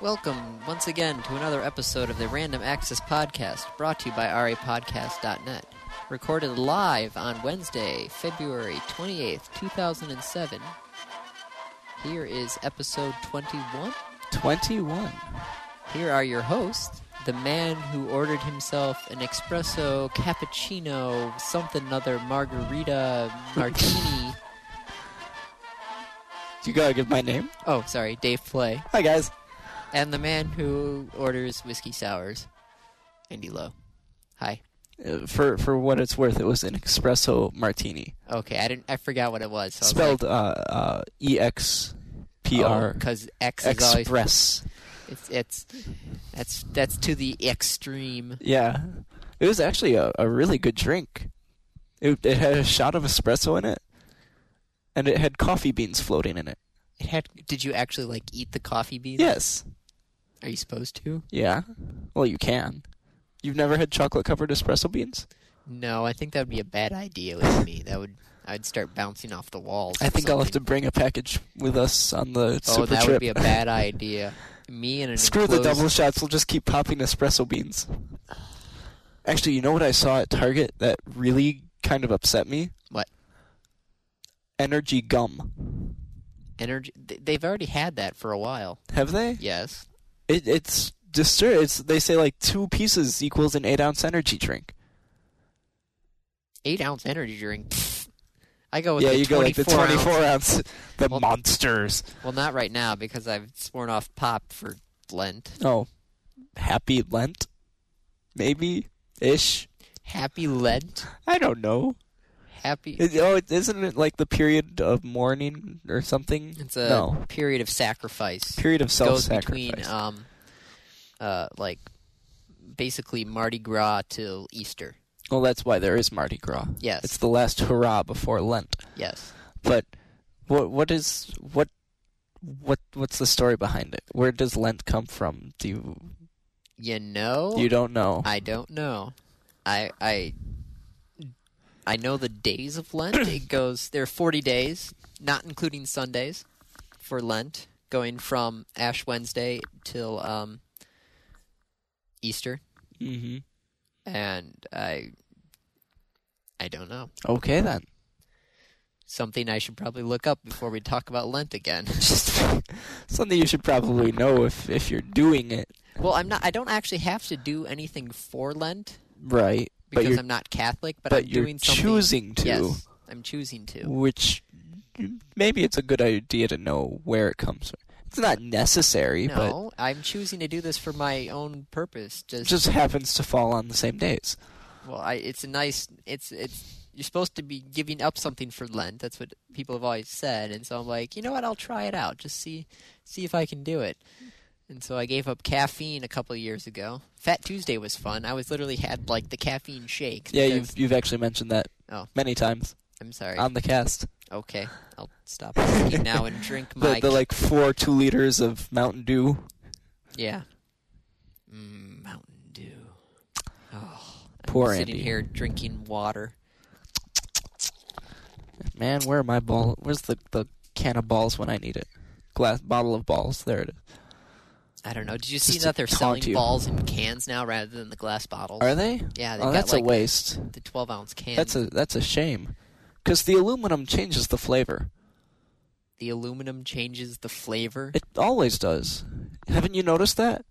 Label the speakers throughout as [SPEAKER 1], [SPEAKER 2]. [SPEAKER 1] Welcome once again to another episode of the Random Access Podcast, brought to you by rapodcast.net. Recorded live on Wednesday, February 28th, 2007. Here is episode 21.
[SPEAKER 2] 21.
[SPEAKER 1] Here are your hosts, the man who ordered himself an espresso, cappuccino, something other margarita, martini.
[SPEAKER 2] You gotta give my name.
[SPEAKER 1] oh, sorry, Dave Play.
[SPEAKER 2] Hi, guys.
[SPEAKER 1] And the man who orders whiskey sours, Andy Lowe. Hi.
[SPEAKER 2] Uh, For for what it's worth, it was an espresso martini,
[SPEAKER 1] Okay, I didn't. I forgot what it was. So
[SPEAKER 2] spelled uh, uh, E X P R
[SPEAKER 1] because oh, X is always
[SPEAKER 2] Express.
[SPEAKER 1] it's it's that's that's to the extreme.
[SPEAKER 2] Yeah, it was actually a, a really good drink. It it had a shot of espresso in it, and it had coffee beans floating in it.
[SPEAKER 1] It had. Did you actually like eat the coffee beans?
[SPEAKER 2] Yes.
[SPEAKER 1] Are you supposed to?
[SPEAKER 2] Yeah. Well, you can. You've never had chocolate covered espresso beans?
[SPEAKER 1] No, I think that would be a bad idea with me. That would I'd start bouncing off the walls.
[SPEAKER 2] I
[SPEAKER 1] or
[SPEAKER 2] think I'll have to
[SPEAKER 1] something.
[SPEAKER 2] bring a package with us on the
[SPEAKER 1] Oh,
[SPEAKER 2] super
[SPEAKER 1] that
[SPEAKER 2] trip.
[SPEAKER 1] would be a bad idea. Me and an
[SPEAKER 2] Screw the
[SPEAKER 1] enclosed-
[SPEAKER 2] double shots. We'll just keep popping espresso beans. Actually, you know what I saw at Target that really kind of upset me?
[SPEAKER 1] What?
[SPEAKER 2] Energy gum.
[SPEAKER 1] energy. th- They've already had that for a while.
[SPEAKER 2] Have they?
[SPEAKER 1] Yes.
[SPEAKER 2] It, it's disturbing. It's they say like two pieces equals an eight ounce energy drink.
[SPEAKER 1] Eight ounce energy drink. Pfft. I go with
[SPEAKER 2] yeah,
[SPEAKER 1] Oh, the
[SPEAKER 2] you go like the
[SPEAKER 1] 24
[SPEAKER 2] twenty
[SPEAKER 1] ounce.
[SPEAKER 2] four ounce. The
[SPEAKER 1] Well-
[SPEAKER 2] monsters.
[SPEAKER 1] Well, not right now because I've sworn off pop for Lent.
[SPEAKER 2] Oh, happy Lent, maybe ish.
[SPEAKER 1] Happy Lent.
[SPEAKER 2] I don't know.
[SPEAKER 1] Happy.
[SPEAKER 2] It, oh, it- isn't it like the period of mourning or something?
[SPEAKER 1] It's a
[SPEAKER 2] no
[SPEAKER 1] period of sacrifice.
[SPEAKER 2] period of self
[SPEAKER 1] Goes
[SPEAKER 2] sacrifice.
[SPEAKER 1] between um, uh, like basically Mardi Gras till Easter.
[SPEAKER 2] Well, that's why there is Mardi Gras.
[SPEAKER 1] Yes.
[SPEAKER 2] It's the last hurrah before Lent.
[SPEAKER 1] Yes.
[SPEAKER 2] But what what is what what what's the story behind it? Where does Lent come from? Do you
[SPEAKER 1] You know.
[SPEAKER 2] you don't know?
[SPEAKER 1] I don't know. I I I know the days of Lent. it goes there are forty days, not including Sundays, for Lent, going from Ash Wednesday till um, Easter,
[SPEAKER 2] mm-hmm.
[SPEAKER 1] and I I don't know
[SPEAKER 2] Okay then.
[SPEAKER 1] something I should probably look up before we talk about Lent again.
[SPEAKER 2] Just something you should probably know if if you're doing it
[SPEAKER 1] well, I'm not. I don't actually have to do anything for Lent
[SPEAKER 2] right. But
[SPEAKER 1] because
[SPEAKER 2] you're
[SPEAKER 1] I'm not Catholic, but,
[SPEAKER 2] but
[SPEAKER 1] I'm
[SPEAKER 2] you're
[SPEAKER 1] doing something.
[SPEAKER 2] choosing to,
[SPEAKER 1] Yes, I'm choosing to.
[SPEAKER 2] which maybe it's a good idea to know where it comes from. It's not necessary, but
[SPEAKER 1] No, I'm choosing to do this for my own purpose.
[SPEAKER 2] it
[SPEAKER 1] Just,
[SPEAKER 2] just happens to fall on the same days.
[SPEAKER 1] well, I, it's a nice. It's it's you're supposed to be giving up something for Lent. That's what people have always said, and so I'm like, you know what? I'll try it out. Just see see if I can do it. And so I gave up caffeine a couple of years ago. Fat Tuesday was fun. I was literally had like the caffeine shake.
[SPEAKER 2] Yeah,
[SPEAKER 1] because-
[SPEAKER 2] you've you've actually mentioned that
[SPEAKER 1] Oh.
[SPEAKER 2] many times
[SPEAKER 1] I'm sorry.
[SPEAKER 2] on the cast.
[SPEAKER 1] okay, I'll stop drinking now and drink my.
[SPEAKER 2] The, the like four two liters of Mountain Dew.
[SPEAKER 1] yeah. Mm, Mountain Dew. Oh,
[SPEAKER 2] Poor
[SPEAKER 1] I'm sitting
[SPEAKER 2] Andy.
[SPEAKER 1] here drinking water.
[SPEAKER 2] Man, where are my ball? Where's the the can of balls when I need it? Glass bottle of balls. There it is.
[SPEAKER 1] I don't know. Did you
[SPEAKER 2] Just
[SPEAKER 1] see
[SPEAKER 2] to
[SPEAKER 1] that they're
[SPEAKER 2] taunt
[SPEAKER 1] selling
[SPEAKER 2] you.
[SPEAKER 1] balls in cans now rather than the glass bottles?
[SPEAKER 2] Are they?
[SPEAKER 1] yeah, they've
[SPEAKER 2] Oh,
[SPEAKER 1] got
[SPEAKER 2] that's
[SPEAKER 1] like
[SPEAKER 2] a waste.
[SPEAKER 1] the 12 ounce can.
[SPEAKER 2] That's a that's a shame. Because the aluminum changes the flavor.
[SPEAKER 1] the aluminum changes the flavor.
[SPEAKER 2] It always does. Haven't you noticed that?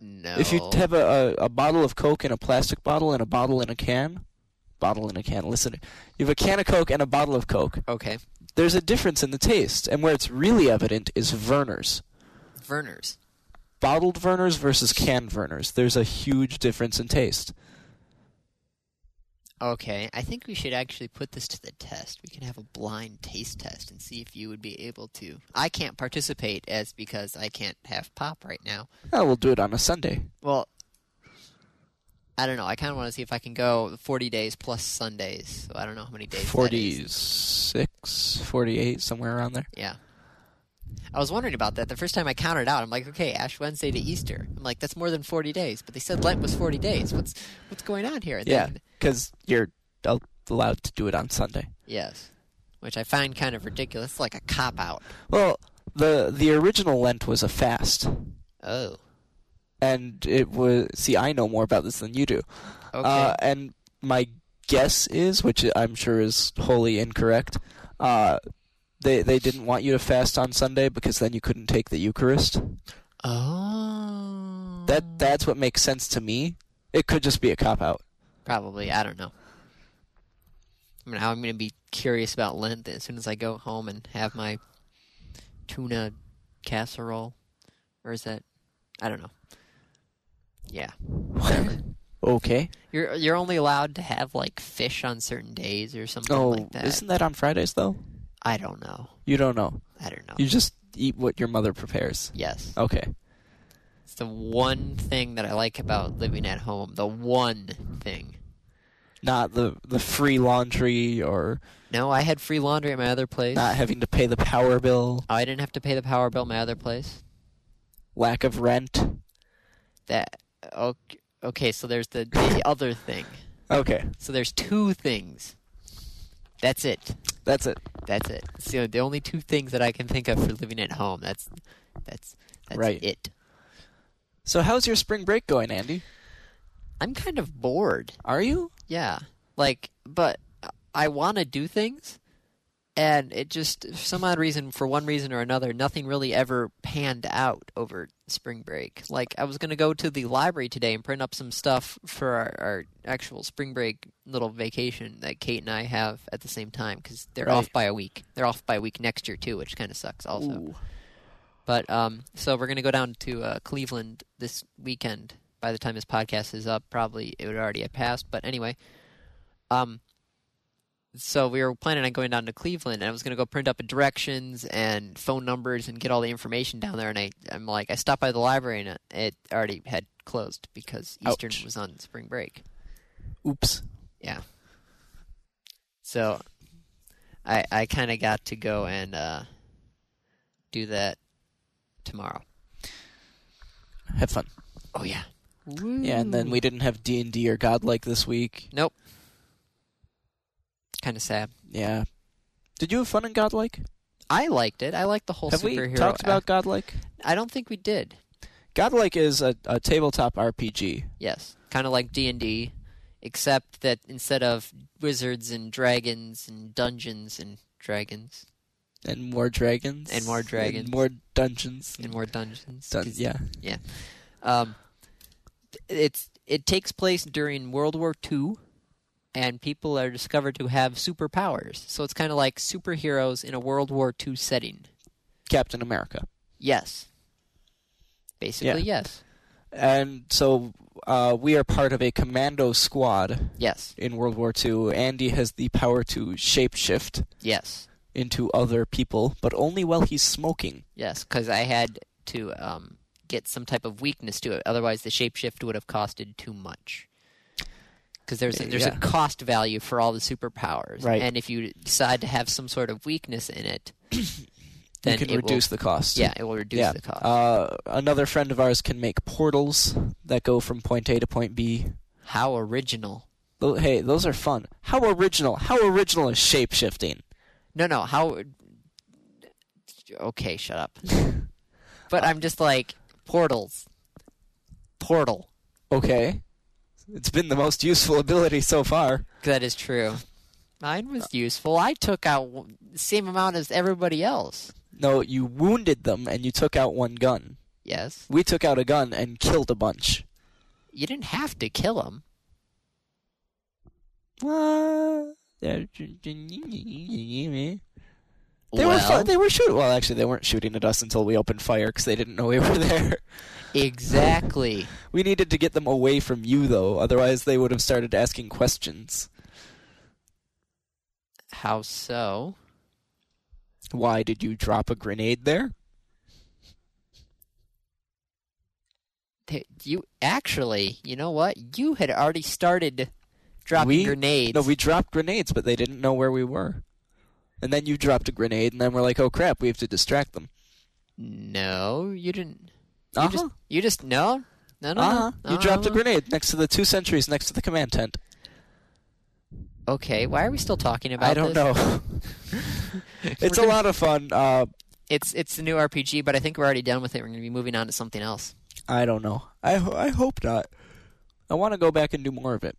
[SPEAKER 1] no.
[SPEAKER 2] If you have a, a, a bottle of Coke in a plastic bottle and a bottle in a can, bottle in a can. Listen, you have a can of Coke and a bottle of Coke.
[SPEAKER 1] okay,
[SPEAKER 2] There's a difference in the taste, and where it's really evident is Verner's.
[SPEAKER 1] Verner's.
[SPEAKER 2] bottled Verners versus canned Verners. There's a huge difference in taste.
[SPEAKER 1] Okay, I think we should actually put this to the test. We can have a blind taste test and see if you would be able to. I can't participate as because I can't have pop right now.
[SPEAKER 2] Oh, we'll do it on a Sunday.
[SPEAKER 1] Well, I don't know. I kind of want to see if I can go 40 days plus Sundays. So I don't know how many days. that is.
[SPEAKER 2] 46, 48, somewhere around there.
[SPEAKER 1] Yeah. I was wondering about that. The first time I counted out, I'm like, okay, Ash Wednesday to Easter. I'm like, that's more than 40 days. But they said Lent was 40 days. What's what's going on here? And
[SPEAKER 2] Yeah,
[SPEAKER 1] then-
[SPEAKER 2] because you're al- allowed to do it on Sunday.
[SPEAKER 1] yes. Which I find kind of ridiculous. It's like a cop out.
[SPEAKER 2] Well, the the original Lent was a fast.
[SPEAKER 1] Oh.
[SPEAKER 2] and it was see I know more about this than you do.
[SPEAKER 1] Okay.
[SPEAKER 2] Uh, and my guess is, which I'm sure is wholly incorrect, uh, they they didn't want you to fast on Sunday because then you couldn't take the Eucharist.
[SPEAKER 1] oh.
[SPEAKER 2] That that's what makes sense to me. It could just be a cop out.
[SPEAKER 1] Probably. I don't know. I mean, I'm going to be curious about Lent as soon as I go home and have my tuna casserole. Or is that? I don't know. Yeah.
[SPEAKER 2] okay.
[SPEAKER 1] You're you're only allowed to have like fish on certain days or something
[SPEAKER 2] Oh,
[SPEAKER 1] like that.
[SPEAKER 2] isn't that on Fridays though?
[SPEAKER 1] I don't know.
[SPEAKER 2] You don't know.
[SPEAKER 1] I don't know.
[SPEAKER 2] You Oh. just eat what your mother prepares.
[SPEAKER 1] yes.
[SPEAKER 2] Okay.
[SPEAKER 1] It's the one thing that I like about living at home. The one thing.
[SPEAKER 2] Not the the free laundry or
[SPEAKER 1] No, I had free laundry at my other place.
[SPEAKER 2] not having to pay the power bill,
[SPEAKER 1] I didn't have to pay the power bill at my other place.
[SPEAKER 2] lack of rent.
[SPEAKER 1] That okay, okay so there's the, the other thing.
[SPEAKER 2] Okay.
[SPEAKER 1] So there's two things. That's it.
[SPEAKER 2] That's it.
[SPEAKER 1] That's it. It's the, the only two things that I can think of for living at home. That's that's that's
[SPEAKER 2] Right.
[SPEAKER 1] it.
[SPEAKER 2] So how's your spring break going, Andy?
[SPEAKER 1] I'm kind of bored.
[SPEAKER 2] Are you?
[SPEAKER 1] Yeah. Like, but I want to do things, and it just, for some odd reason, for one reason or another, nothing really ever panned out over spring break. Like, I was going to go to the library today and print up some stuff for our, our actual spring break little vacation that Kate and I have at the same time because they're
[SPEAKER 2] Right.
[SPEAKER 1] off by a week. They're off by a week next year, too, which kind of sucks, also. But um, so we're gonna go down to uh, Cleveland this weekend. By the time this podcast is up, probably it would already have passed. But anyway, um, so we were planning on going down to Cleveland, and I was gonna go print up directions and phone numbers and get all the information down there. And I, I'm like, I stopped by the library, and it, it already had closed because Eastern
[SPEAKER 2] Ouch.
[SPEAKER 1] was on spring break.
[SPEAKER 2] Oops.
[SPEAKER 1] Yeah. So I I kind of got to go and uh, do that tomorrow.
[SPEAKER 2] Had fun.
[SPEAKER 1] Oh yeah.
[SPEAKER 2] Yeah, and then we didn't have D and D or Godlike this week.
[SPEAKER 1] Nope. Kind of sad.
[SPEAKER 2] Yeah. Did you have fun in Godlike?
[SPEAKER 1] I liked it. I liked the whole
[SPEAKER 2] have we
[SPEAKER 1] superhero.
[SPEAKER 2] talked about
[SPEAKER 1] act-
[SPEAKER 2] Godlike?
[SPEAKER 1] I don't think we did.
[SPEAKER 2] Godlike is a, a tabletop RPG.
[SPEAKER 1] Yes, kind of like D and D, except that instead of wizards and dragons and dungeons and dragons
[SPEAKER 2] And more dragons.
[SPEAKER 1] And more dragons.
[SPEAKER 2] more dungeons.
[SPEAKER 1] and more dungeons,
[SPEAKER 2] Dun-
[SPEAKER 1] 'cause,
[SPEAKER 2] yeah.
[SPEAKER 1] um, it's it takes place during World War II, and people are discovered to have superpowers. So it's kind of like superheroes in a World War II setting.
[SPEAKER 2] Captain America.
[SPEAKER 1] Yes. Basically, yes.
[SPEAKER 2] And so uh, we are part of a commando squad
[SPEAKER 1] Yes.
[SPEAKER 2] in World War II. Andy has the power to shapeshift
[SPEAKER 1] Yes.
[SPEAKER 2] into other people, but only while he's smoking.
[SPEAKER 1] Yes. Because I had to um, get some type of weakness to it. Otherwise, the shapeshift would have costed too much. Because there's, a, there's
[SPEAKER 2] Yeah.
[SPEAKER 1] a cost value for all the superpowers.
[SPEAKER 2] Right.
[SPEAKER 1] And if you decide to have some sort of weakness in it, then
[SPEAKER 2] you can
[SPEAKER 1] it
[SPEAKER 2] reduce the cost.
[SPEAKER 1] Will, yeah, it will reduce
[SPEAKER 2] Yeah.
[SPEAKER 1] the cost.
[SPEAKER 2] Uh, another friend of ours can make portals that go from point A to point B.
[SPEAKER 1] How original.
[SPEAKER 2] Tho- Hey, those are fun. How original? How original is shapeshifting?
[SPEAKER 1] No, no. How. Okay, shut up. but I'm just like, portals. Portal.
[SPEAKER 2] Okay, it's been the most useful ability so far.
[SPEAKER 1] That is true. Mine was useful. I took out w- the same amount as everybody else.
[SPEAKER 2] No, you wounded them and you took out one gun.
[SPEAKER 1] Yes.
[SPEAKER 2] We took out a gun and killed a bunch.
[SPEAKER 1] You didn't have to kill him.
[SPEAKER 2] They were
[SPEAKER 1] well,
[SPEAKER 2] fu- they were shooting. Well, actually, they weren't shooting at us until we opened fire because they didn't know we were there.
[SPEAKER 1] exactly.
[SPEAKER 2] We needed to get them away from you, though. Otherwise, they would have started asking questions.
[SPEAKER 1] How so?
[SPEAKER 2] Why did you drop a grenade there?
[SPEAKER 1] Th- You actually, you know what? You had already started dropping
[SPEAKER 2] We-
[SPEAKER 1] grenades.
[SPEAKER 2] No, we dropped grenades, but they didn't know where we were. And then you dropped a grenade, and then we're like, oh crap, we have to distract them.
[SPEAKER 1] No, you didn't.
[SPEAKER 2] Uh
[SPEAKER 1] You
[SPEAKER 2] huh.
[SPEAKER 1] just, you just no, no, no,
[SPEAKER 2] Uh huh.
[SPEAKER 1] no.
[SPEAKER 2] You dropped a
[SPEAKER 1] Uh-huh.
[SPEAKER 2] grenade next to the two sentries next to the command tent.
[SPEAKER 1] Okay, why are we still talking about?
[SPEAKER 2] I don't
[SPEAKER 1] this?
[SPEAKER 2] know. it's a lot of Uh, fun. Uh,
[SPEAKER 1] It's it's the new RPG, but I think we're already done with it. We're going to be moving on to something else.
[SPEAKER 2] I don't know. I ho- I hope not. I want to go back and do more of it.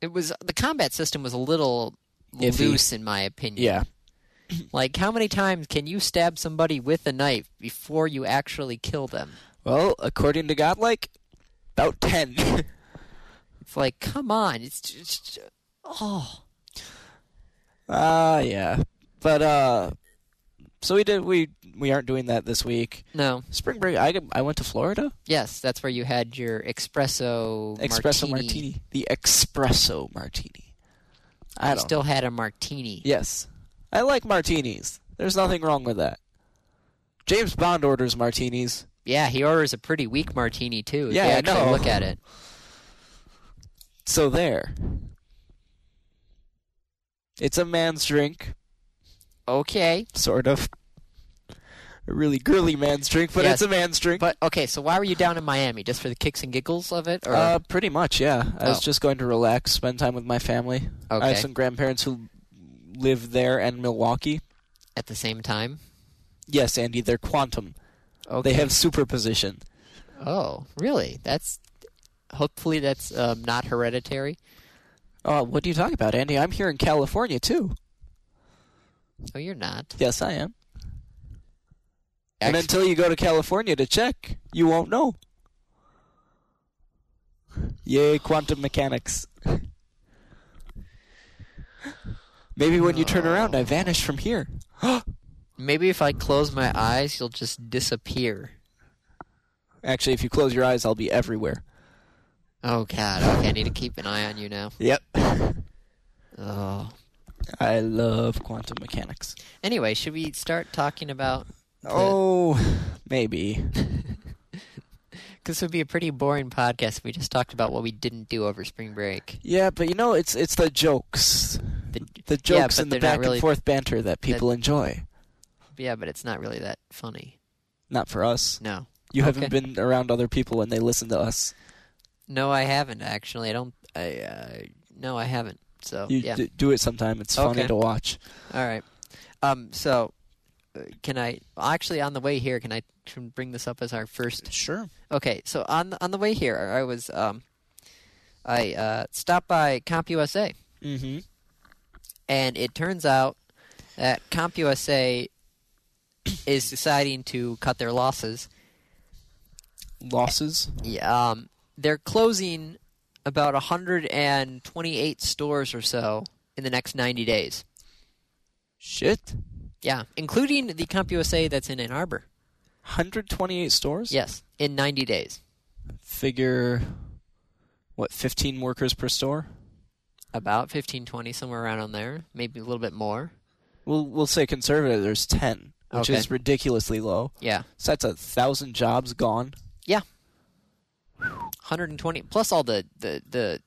[SPEAKER 1] It was the combat system was a little
[SPEAKER 2] Iffy.
[SPEAKER 1] loose in my opinion.
[SPEAKER 2] Yeah.
[SPEAKER 1] Like how many times can you stab somebody with a knife before you actually kill them?
[SPEAKER 2] Well, according to Godlike, about ten.
[SPEAKER 1] It's like, come on, it's just oh,
[SPEAKER 2] Ah, yeah. But uh, so we did. We we aren't doing that this week.
[SPEAKER 1] no.
[SPEAKER 2] Spring break. I I went to Florida.
[SPEAKER 1] Yes, that's where you had your espresso
[SPEAKER 2] Espresso martini. The espresso martini. I
[SPEAKER 1] You
[SPEAKER 2] don't.
[SPEAKER 1] still had a martini.
[SPEAKER 2] yes, I like martinis. There's nothing wrong with that. James Bond orders martinis.
[SPEAKER 1] Yeah, he orders a pretty weak martini too. If
[SPEAKER 2] Yeah,
[SPEAKER 1] you
[SPEAKER 2] I
[SPEAKER 1] actually
[SPEAKER 2] know.
[SPEAKER 1] look at it.
[SPEAKER 2] So there. It's a man's drink,
[SPEAKER 1] Okay,
[SPEAKER 2] sort of. A really girly man's drink, but
[SPEAKER 1] Yes,
[SPEAKER 2] it's a man's drink.
[SPEAKER 1] but okay. So why were you down in Miami? Just for the kicks and giggles of it, or
[SPEAKER 2] Uh, pretty much, yeah. I was
[SPEAKER 1] Oh.
[SPEAKER 2] just going to relax, spend time with my family. I
[SPEAKER 1] okay
[SPEAKER 2] have some grandparents who live there and Milwaukee.
[SPEAKER 1] at the same time?
[SPEAKER 2] Yes, Andy, they're quantum.
[SPEAKER 1] Okay.
[SPEAKER 2] They have superposition.
[SPEAKER 1] Oh, really? That's hopefully that's um, not hereditary.
[SPEAKER 2] Uh, what do you talk about, Andy? I'm here in California too.
[SPEAKER 1] Oh, you're not.
[SPEAKER 2] Yes, I am. and
[SPEAKER 1] Ex-
[SPEAKER 2] until you go to California to check, you won't know. Yay, quantum mechanics. Maybe when you turn around, I vanish from here.
[SPEAKER 1] Maybe if I close my eyes, you'll just disappear.
[SPEAKER 2] Actually, if you close your eyes, I'll be everywhere.
[SPEAKER 1] Oh God. Okay, I need to keep an eye on you now.
[SPEAKER 2] Yep.
[SPEAKER 1] Oh.
[SPEAKER 2] I love quantum mechanics.
[SPEAKER 1] Anyway, should we start talking about?
[SPEAKER 2] Oh, maybe.
[SPEAKER 1] Because it would be a pretty boring podcast if we just talked about what we didn't do over spring break.
[SPEAKER 2] Yeah, but you know, it's it's the jokes,
[SPEAKER 1] The,
[SPEAKER 2] the
[SPEAKER 1] Yeah,
[SPEAKER 2] jokes
[SPEAKER 1] but
[SPEAKER 2] and the
[SPEAKER 1] they're not
[SPEAKER 2] back
[SPEAKER 1] really-
[SPEAKER 2] and forth banter that people enjoy.
[SPEAKER 1] yeah, but it's not really that funny.
[SPEAKER 2] Not for us.
[SPEAKER 1] No,
[SPEAKER 2] You
[SPEAKER 1] Okay.
[SPEAKER 2] haven't been around other people when they listen to us.
[SPEAKER 1] no, I haven't actually. I don't. I uh, no, I haven't. So
[SPEAKER 2] You
[SPEAKER 1] Oh, yeah,
[SPEAKER 2] d- do it sometime. It's funny
[SPEAKER 1] Okay.
[SPEAKER 2] to watch.
[SPEAKER 1] all right. Um, so uh, can I actually on the way here? Can I t- bring this up as our first
[SPEAKER 2] Sure.
[SPEAKER 1] Okay, so on the, on the way here, I was um, I uh, stopped by CompUSA,
[SPEAKER 2] Mm-hmm.
[SPEAKER 1] and it turns out that CompUSA is deciding to cut their losses.
[SPEAKER 2] Losses.
[SPEAKER 1] Yeah, um, they're closing about 128 stores or so in the next 90 days.
[SPEAKER 2] Shit.
[SPEAKER 1] Yeah, including the CompUSA that's in Ann Arbor.
[SPEAKER 2] 128 stores.
[SPEAKER 1] Yes, in 90 days,
[SPEAKER 2] Figure. What? 15 workers per store.
[SPEAKER 1] about 15, 20, somewhere around on there, maybe a little bit more.
[SPEAKER 2] We'll we'll say conservative. There's 10, which
[SPEAKER 1] Okay.
[SPEAKER 2] is ridiculously low.
[SPEAKER 1] Yeah.
[SPEAKER 2] So that's a thousand jobs gone.
[SPEAKER 1] 120 plus all the the the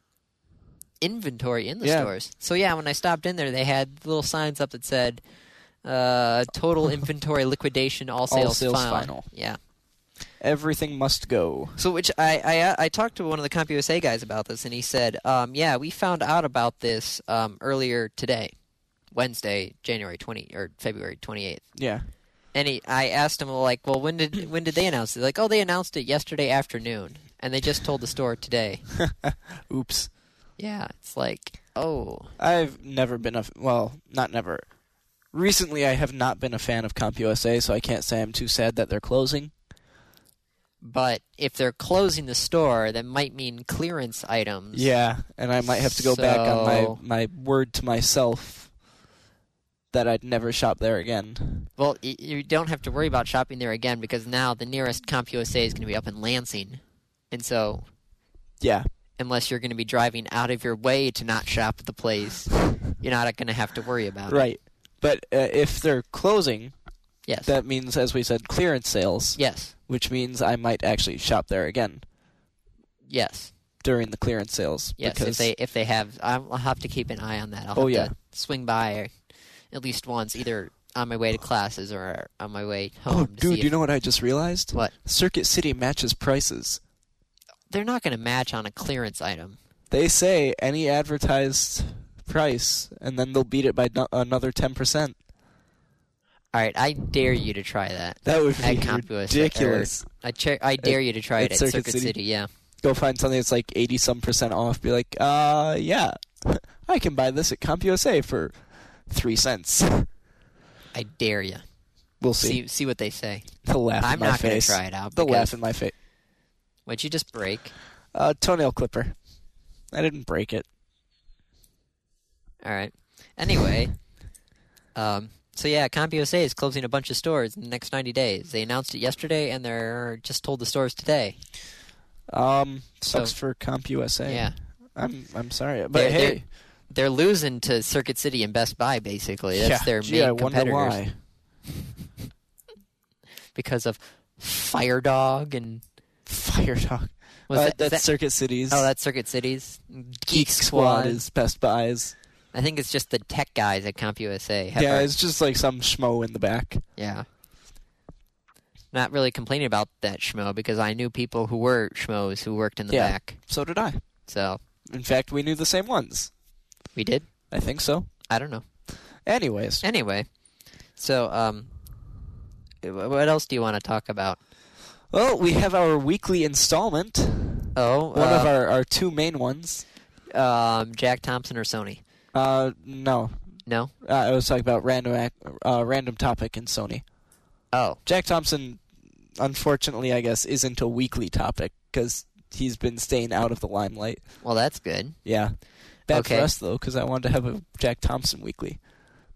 [SPEAKER 1] inventory in the
[SPEAKER 2] Yeah.
[SPEAKER 1] stores. So yeah, when I stopped in there, they had little signs up that said uh, "Total inventory liquidation, all sales,
[SPEAKER 2] sales
[SPEAKER 1] final.
[SPEAKER 2] final.
[SPEAKER 1] Yeah.
[SPEAKER 2] Everything must go.
[SPEAKER 1] So which I I uh, I talked to one of the CompUSA guys about this, and he said, um, yeah, we found out about this um, earlier today, Wednesday, January 20 or February 28th.
[SPEAKER 2] Yeah.
[SPEAKER 1] And he, I asked him like, well, when did when did they announce it? Like, oh, they announced it yesterday afternoon, and they just told the store today.
[SPEAKER 2] Oops.
[SPEAKER 1] Yeah, it's like, oh,
[SPEAKER 2] I've never been a f- well, not never. Recently, I have not been a fan of CompUSA, so I can't say I'm too sad that they're closing.
[SPEAKER 1] but if they're closing the store, that might mean clearance items.
[SPEAKER 2] Yeah, and I might have to go back
[SPEAKER 1] So-
[SPEAKER 2] on my my word to myself that I'd never shop there again.
[SPEAKER 1] Well, y- you don't have to worry about shopping there again because now the nearest CompUSA is going to be up in Lansing, and so
[SPEAKER 2] Yeah,
[SPEAKER 1] unless you're going to be driving out of your way to not shop at the place, you're not going to have to worry about it.
[SPEAKER 2] right. But uh, if they're closing,
[SPEAKER 1] Yes.
[SPEAKER 2] that means, as we said, clearance sales,
[SPEAKER 1] yes.
[SPEAKER 2] which means I might actually shop there again
[SPEAKER 1] Yes.
[SPEAKER 2] during the clearance sales.
[SPEAKER 1] Yes. If
[SPEAKER 2] because
[SPEAKER 1] they if they have, I'll I'll have to keep an eye on that. I'll
[SPEAKER 2] Oh,
[SPEAKER 1] have
[SPEAKER 2] yeah.
[SPEAKER 1] to swing by at least once, either on my way to classes or on my way home.
[SPEAKER 2] oh,
[SPEAKER 1] to see
[SPEAKER 2] dude, you
[SPEAKER 1] if-
[SPEAKER 2] know what I just realized?
[SPEAKER 1] what?
[SPEAKER 2] Circuit City matches prices.
[SPEAKER 1] They're not going to match on a clearance item.
[SPEAKER 2] They say any advertised price, and then they'll beat it by no- another ten percent.
[SPEAKER 1] All right, I dare you to try that.
[SPEAKER 2] That would
[SPEAKER 1] At
[SPEAKER 2] be
[SPEAKER 1] CompuServe.
[SPEAKER 2] ridiculous.
[SPEAKER 1] I cha- I dare you to try it
[SPEAKER 2] at
[SPEAKER 1] at
[SPEAKER 2] Circuit
[SPEAKER 1] Circuit,
[SPEAKER 2] City?
[SPEAKER 1] City. Yeah.
[SPEAKER 2] Go find something that's like eighty some percent off. Be like, uh, yeah, I can buy this at CompUSA for three cents.
[SPEAKER 1] I dare you.
[SPEAKER 2] We'll see.
[SPEAKER 1] See see what they say.
[SPEAKER 2] The laugh.
[SPEAKER 1] I'm
[SPEAKER 2] in my
[SPEAKER 1] not going
[SPEAKER 2] face.
[SPEAKER 1] to try it out.
[SPEAKER 2] The laugh
[SPEAKER 1] because
[SPEAKER 2] in my face.
[SPEAKER 1] What'd you just break?
[SPEAKER 2] Uh, toenail clipper. I didn't break it.
[SPEAKER 1] All right. Anyway, um, so yeah, CompUSA is closing a bunch of stores in the next 90 days. They announced it yesterday, and they're just told the stores today.
[SPEAKER 2] Um,
[SPEAKER 1] So-
[SPEAKER 2] sucks for CompUSA.
[SPEAKER 1] Yeah,
[SPEAKER 2] I'm I'm sorry, but
[SPEAKER 1] They're-
[SPEAKER 2] hey,
[SPEAKER 1] they're- they're losing to Circuit City and Best Buy basically. That's
[SPEAKER 2] yeah.
[SPEAKER 1] their
[SPEAKER 2] Gee,
[SPEAKER 1] main
[SPEAKER 2] I wonder
[SPEAKER 1] competitors
[SPEAKER 2] why.
[SPEAKER 1] because of FireDog and
[SPEAKER 2] Fire Dog.
[SPEAKER 1] was
[SPEAKER 2] Uh,
[SPEAKER 1] that, is
[SPEAKER 2] that's
[SPEAKER 1] that-
[SPEAKER 2] Circuit Cities.
[SPEAKER 1] oh that's Circuit Cities
[SPEAKER 2] Geek Squad is Best Buys.
[SPEAKER 1] I think it's just the tech guys at CompUSA. Have
[SPEAKER 2] Yeah,
[SPEAKER 1] our-
[SPEAKER 2] it's just like some schmo in the back.
[SPEAKER 1] Yeah. Not really complaining about that schmo because I knew people who were schmoes who worked in the
[SPEAKER 2] Yeah.
[SPEAKER 1] back.
[SPEAKER 2] So did I.
[SPEAKER 1] So
[SPEAKER 2] In fact, we knew the same ones.
[SPEAKER 1] we did.
[SPEAKER 2] I think so.
[SPEAKER 1] I don't know.
[SPEAKER 2] Anyways,
[SPEAKER 1] Anyway, so um, wh- what else do you want to talk about?
[SPEAKER 2] well, we have our weekly installment.
[SPEAKER 1] Oh,
[SPEAKER 2] One of our, our two main ones.
[SPEAKER 1] our um, Jack Thompson or Sony?
[SPEAKER 2] Uh, no,
[SPEAKER 1] No.
[SPEAKER 2] uh, I was talking about random act, uh, random topic in Sony.
[SPEAKER 1] Oh,
[SPEAKER 2] Jack Thompson, unfortunately, I guess, isn't a weekly topic because he's been staying out of the limelight.
[SPEAKER 1] well that's good.
[SPEAKER 2] Yeah. Bad
[SPEAKER 1] Okay.
[SPEAKER 2] for us, though, because I wanted to have a Jack Thompson weekly.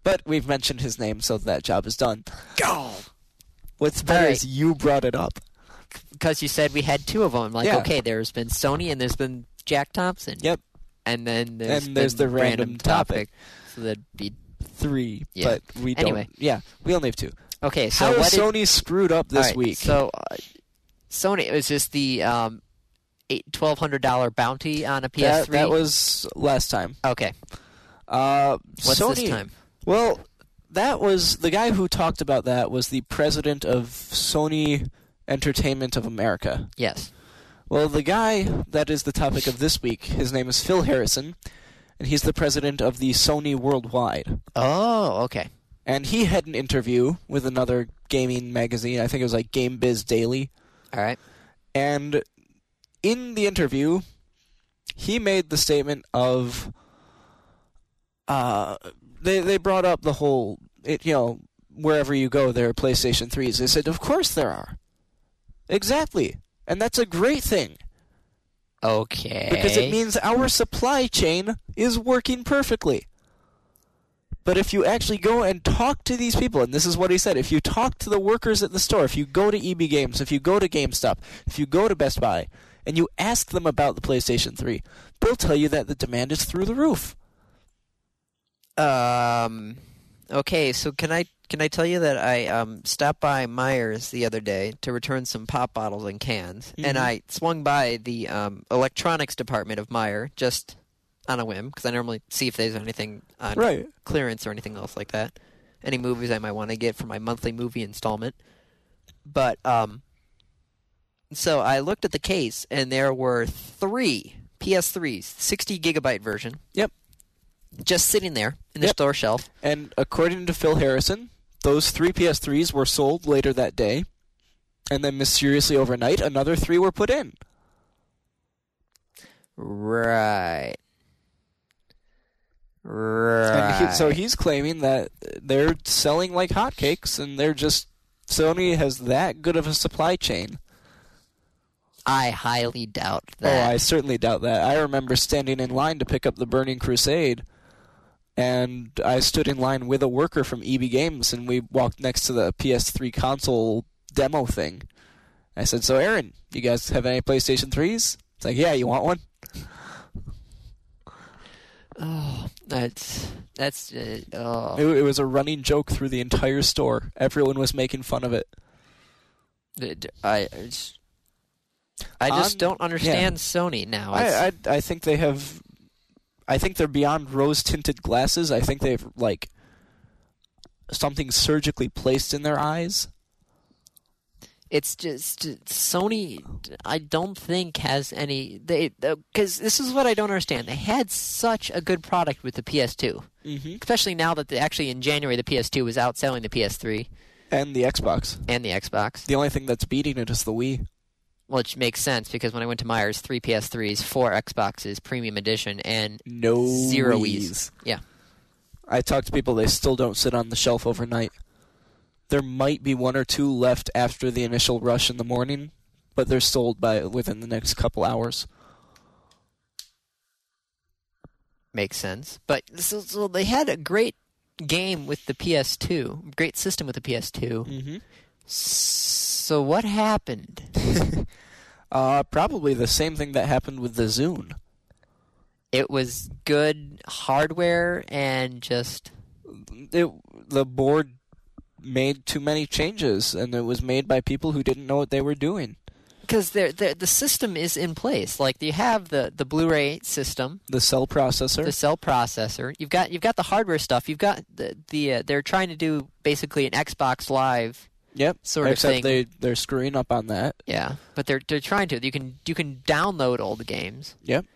[SPEAKER 2] But we've mentioned his name, so that job is done.
[SPEAKER 1] Go.
[SPEAKER 2] What's better
[SPEAKER 1] right.
[SPEAKER 2] is you brought it up.
[SPEAKER 1] Because you said we had two of them. I'm like,
[SPEAKER 2] Yeah.
[SPEAKER 1] okay, there's been Sony and there's been Jack Thompson.
[SPEAKER 2] Yep.
[SPEAKER 1] And then there's
[SPEAKER 2] And there's
[SPEAKER 1] been
[SPEAKER 2] the random topic.
[SPEAKER 1] So that'd be
[SPEAKER 2] Three,
[SPEAKER 1] Yeah.
[SPEAKER 2] but we don't.
[SPEAKER 1] Anyway.
[SPEAKER 2] Yeah, we only have two.
[SPEAKER 1] okay. So
[SPEAKER 2] So How
[SPEAKER 1] what
[SPEAKER 2] is
[SPEAKER 1] did-
[SPEAKER 2] Sony screwed up this
[SPEAKER 1] All right,
[SPEAKER 2] week?
[SPEAKER 1] So, uh, Sony it was just the um, eight twelve hundred dollar bounty on a PS3.
[SPEAKER 2] that, that was last time.
[SPEAKER 1] okay.
[SPEAKER 2] Uh,
[SPEAKER 1] What's
[SPEAKER 2] Sony,
[SPEAKER 1] this time?
[SPEAKER 2] Well, that was the guy who talked about that was the president of Sony Entertainment of America.
[SPEAKER 1] Yes.
[SPEAKER 2] Well, the guy that is the topic of this week, his name is Phil Harrison, and he's the president of the Sony Worldwide.
[SPEAKER 1] Oh, okay.
[SPEAKER 2] And he had an interview with another gaming magazine, I think it was like Game Biz Daily,
[SPEAKER 1] All right.
[SPEAKER 2] and in the interview, he made the statement of uh, they they brought up the whole it you know wherever you go there are PlayStation threes. They said, of course there are, exactly, and that's a great thing
[SPEAKER 1] Okay.
[SPEAKER 2] because it means our supply chain is working perfectly. But if you actually go and talk to these people, and this is what he said if you talk to the workers at the store, if you go to EB Games, if you go to GameStop, if you go to Best Buy, and you ask them about the PlayStation 3, they'll tell you that the demand is through the roof.
[SPEAKER 1] um. Okay, so can I can I tell you that I um stopped by Myers the other day to return some pop bottles and cans, and
[SPEAKER 2] Mhm.
[SPEAKER 1] I swung by the um electronics department of Meyer just on a whim because I normally see if there's anything on
[SPEAKER 2] Right.
[SPEAKER 1] clearance or anything else like that. Any movies I might want to get for my monthly movie installment. But um so I looked at the case and there were 3 PS3s, 60 gigabyte version.
[SPEAKER 2] Yep.
[SPEAKER 1] Just sitting there in the
[SPEAKER 2] Yep.
[SPEAKER 1] store shelf.
[SPEAKER 2] And according to Phil Harrison, those three PS3s were sold later that day, and then mysteriously overnight, another three were put in.
[SPEAKER 1] Right. Right.
[SPEAKER 2] And he, so he's claiming that they're selling like hotcakes, and they're just Sony has that good of a supply chain.
[SPEAKER 1] I highly doubt
[SPEAKER 2] Oh, I
[SPEAKER 1] that.
[SPEAKER 2] certainly doubt that. I remember standing in line to pick up the Burning Crusade, and I stood in line with a worker from EB Games, and we walked next to the PS3 console demo thing. I said, "So, Aaron, you guys have any PlayStation 3s?" It's like, "Yeah, you want one?"
[SPEAKER 1] oh, that's that's uh, oh.
[SPEAKER 2] It, it was a running joke through the entire store. Everyone was making fun of it.
[SPEAKER 1] It- I it's, I just
[SPEAKER 2] On-
[SPEAKER 1] don't understand Sony now. It's-
[SPEAKER 2] I, I I think they have. I think they're beyond rose tinted glasses. I think they've like something surgically placed in their eyes.
[SPEAKER 1] It's just Sony. I don't think has any. They because this is what I don't understand. They had such a good product with the PS2,
[SPEAKER 2] Mm-hmm.
[SPEAKER 1] especially now that they, actually in January the PS2 was outselling the PS3
[SPEAKER 2] And the Xbox.
[SPEAKER 1] and the Xbox,
[SPEAKER 2] The only thing that's beating it is the Wii.
[SPEAKER 1] which makes sense because when I went to Myers, three PS3s, four Xboxes, Premium Edition, and
[SPEAKER 2] No
[SPEAKER 1] Zero
[SPEAKER 2] Wii's.
[SPEAKER 1] Wii's. yeah,
[SPEAKER 2] I talk to people; they still don't sit on the shelf overnight. There might be one or two left after the initial rush in the morning, but they're sold by within the next couple hours.
[SPEAKER 1] makes sense. But so, so they had a great game with the PS2, great system with the PS2.
[SPEAKER 2] Mm-hmm.
[SPEAKER 1] So what happened?
[SPEAKER 2] Uh, probably the same thing that happened with the Zune.
[SPEAKER 1] It was good hardware and just
[SPEAKER 2] It, the board made too many changes, and it was made by people who didn't know what they were doing.
[SPEAKER 1] because they're, they're, the system is in place. Like you have the, the Blu-ray system,
[SPEAKER 2] The cell processor.
[SPEAKER 1] the cell processor. You've got you've got the hardware stuff. You've got the the uh, they're trying to do basically an Xbox Live.
[SPEAKER 2] yep.
[SPEAKER 1] sort of
[SPEAKER 2] Except
[SPEAKER 1] thing.
[SPEAKER 2] they they're screwing up on that.
[SPEAKER 1] Yeah, but they're they're trying to. You can you can download all the games.
[SPEAKER 2] Yep.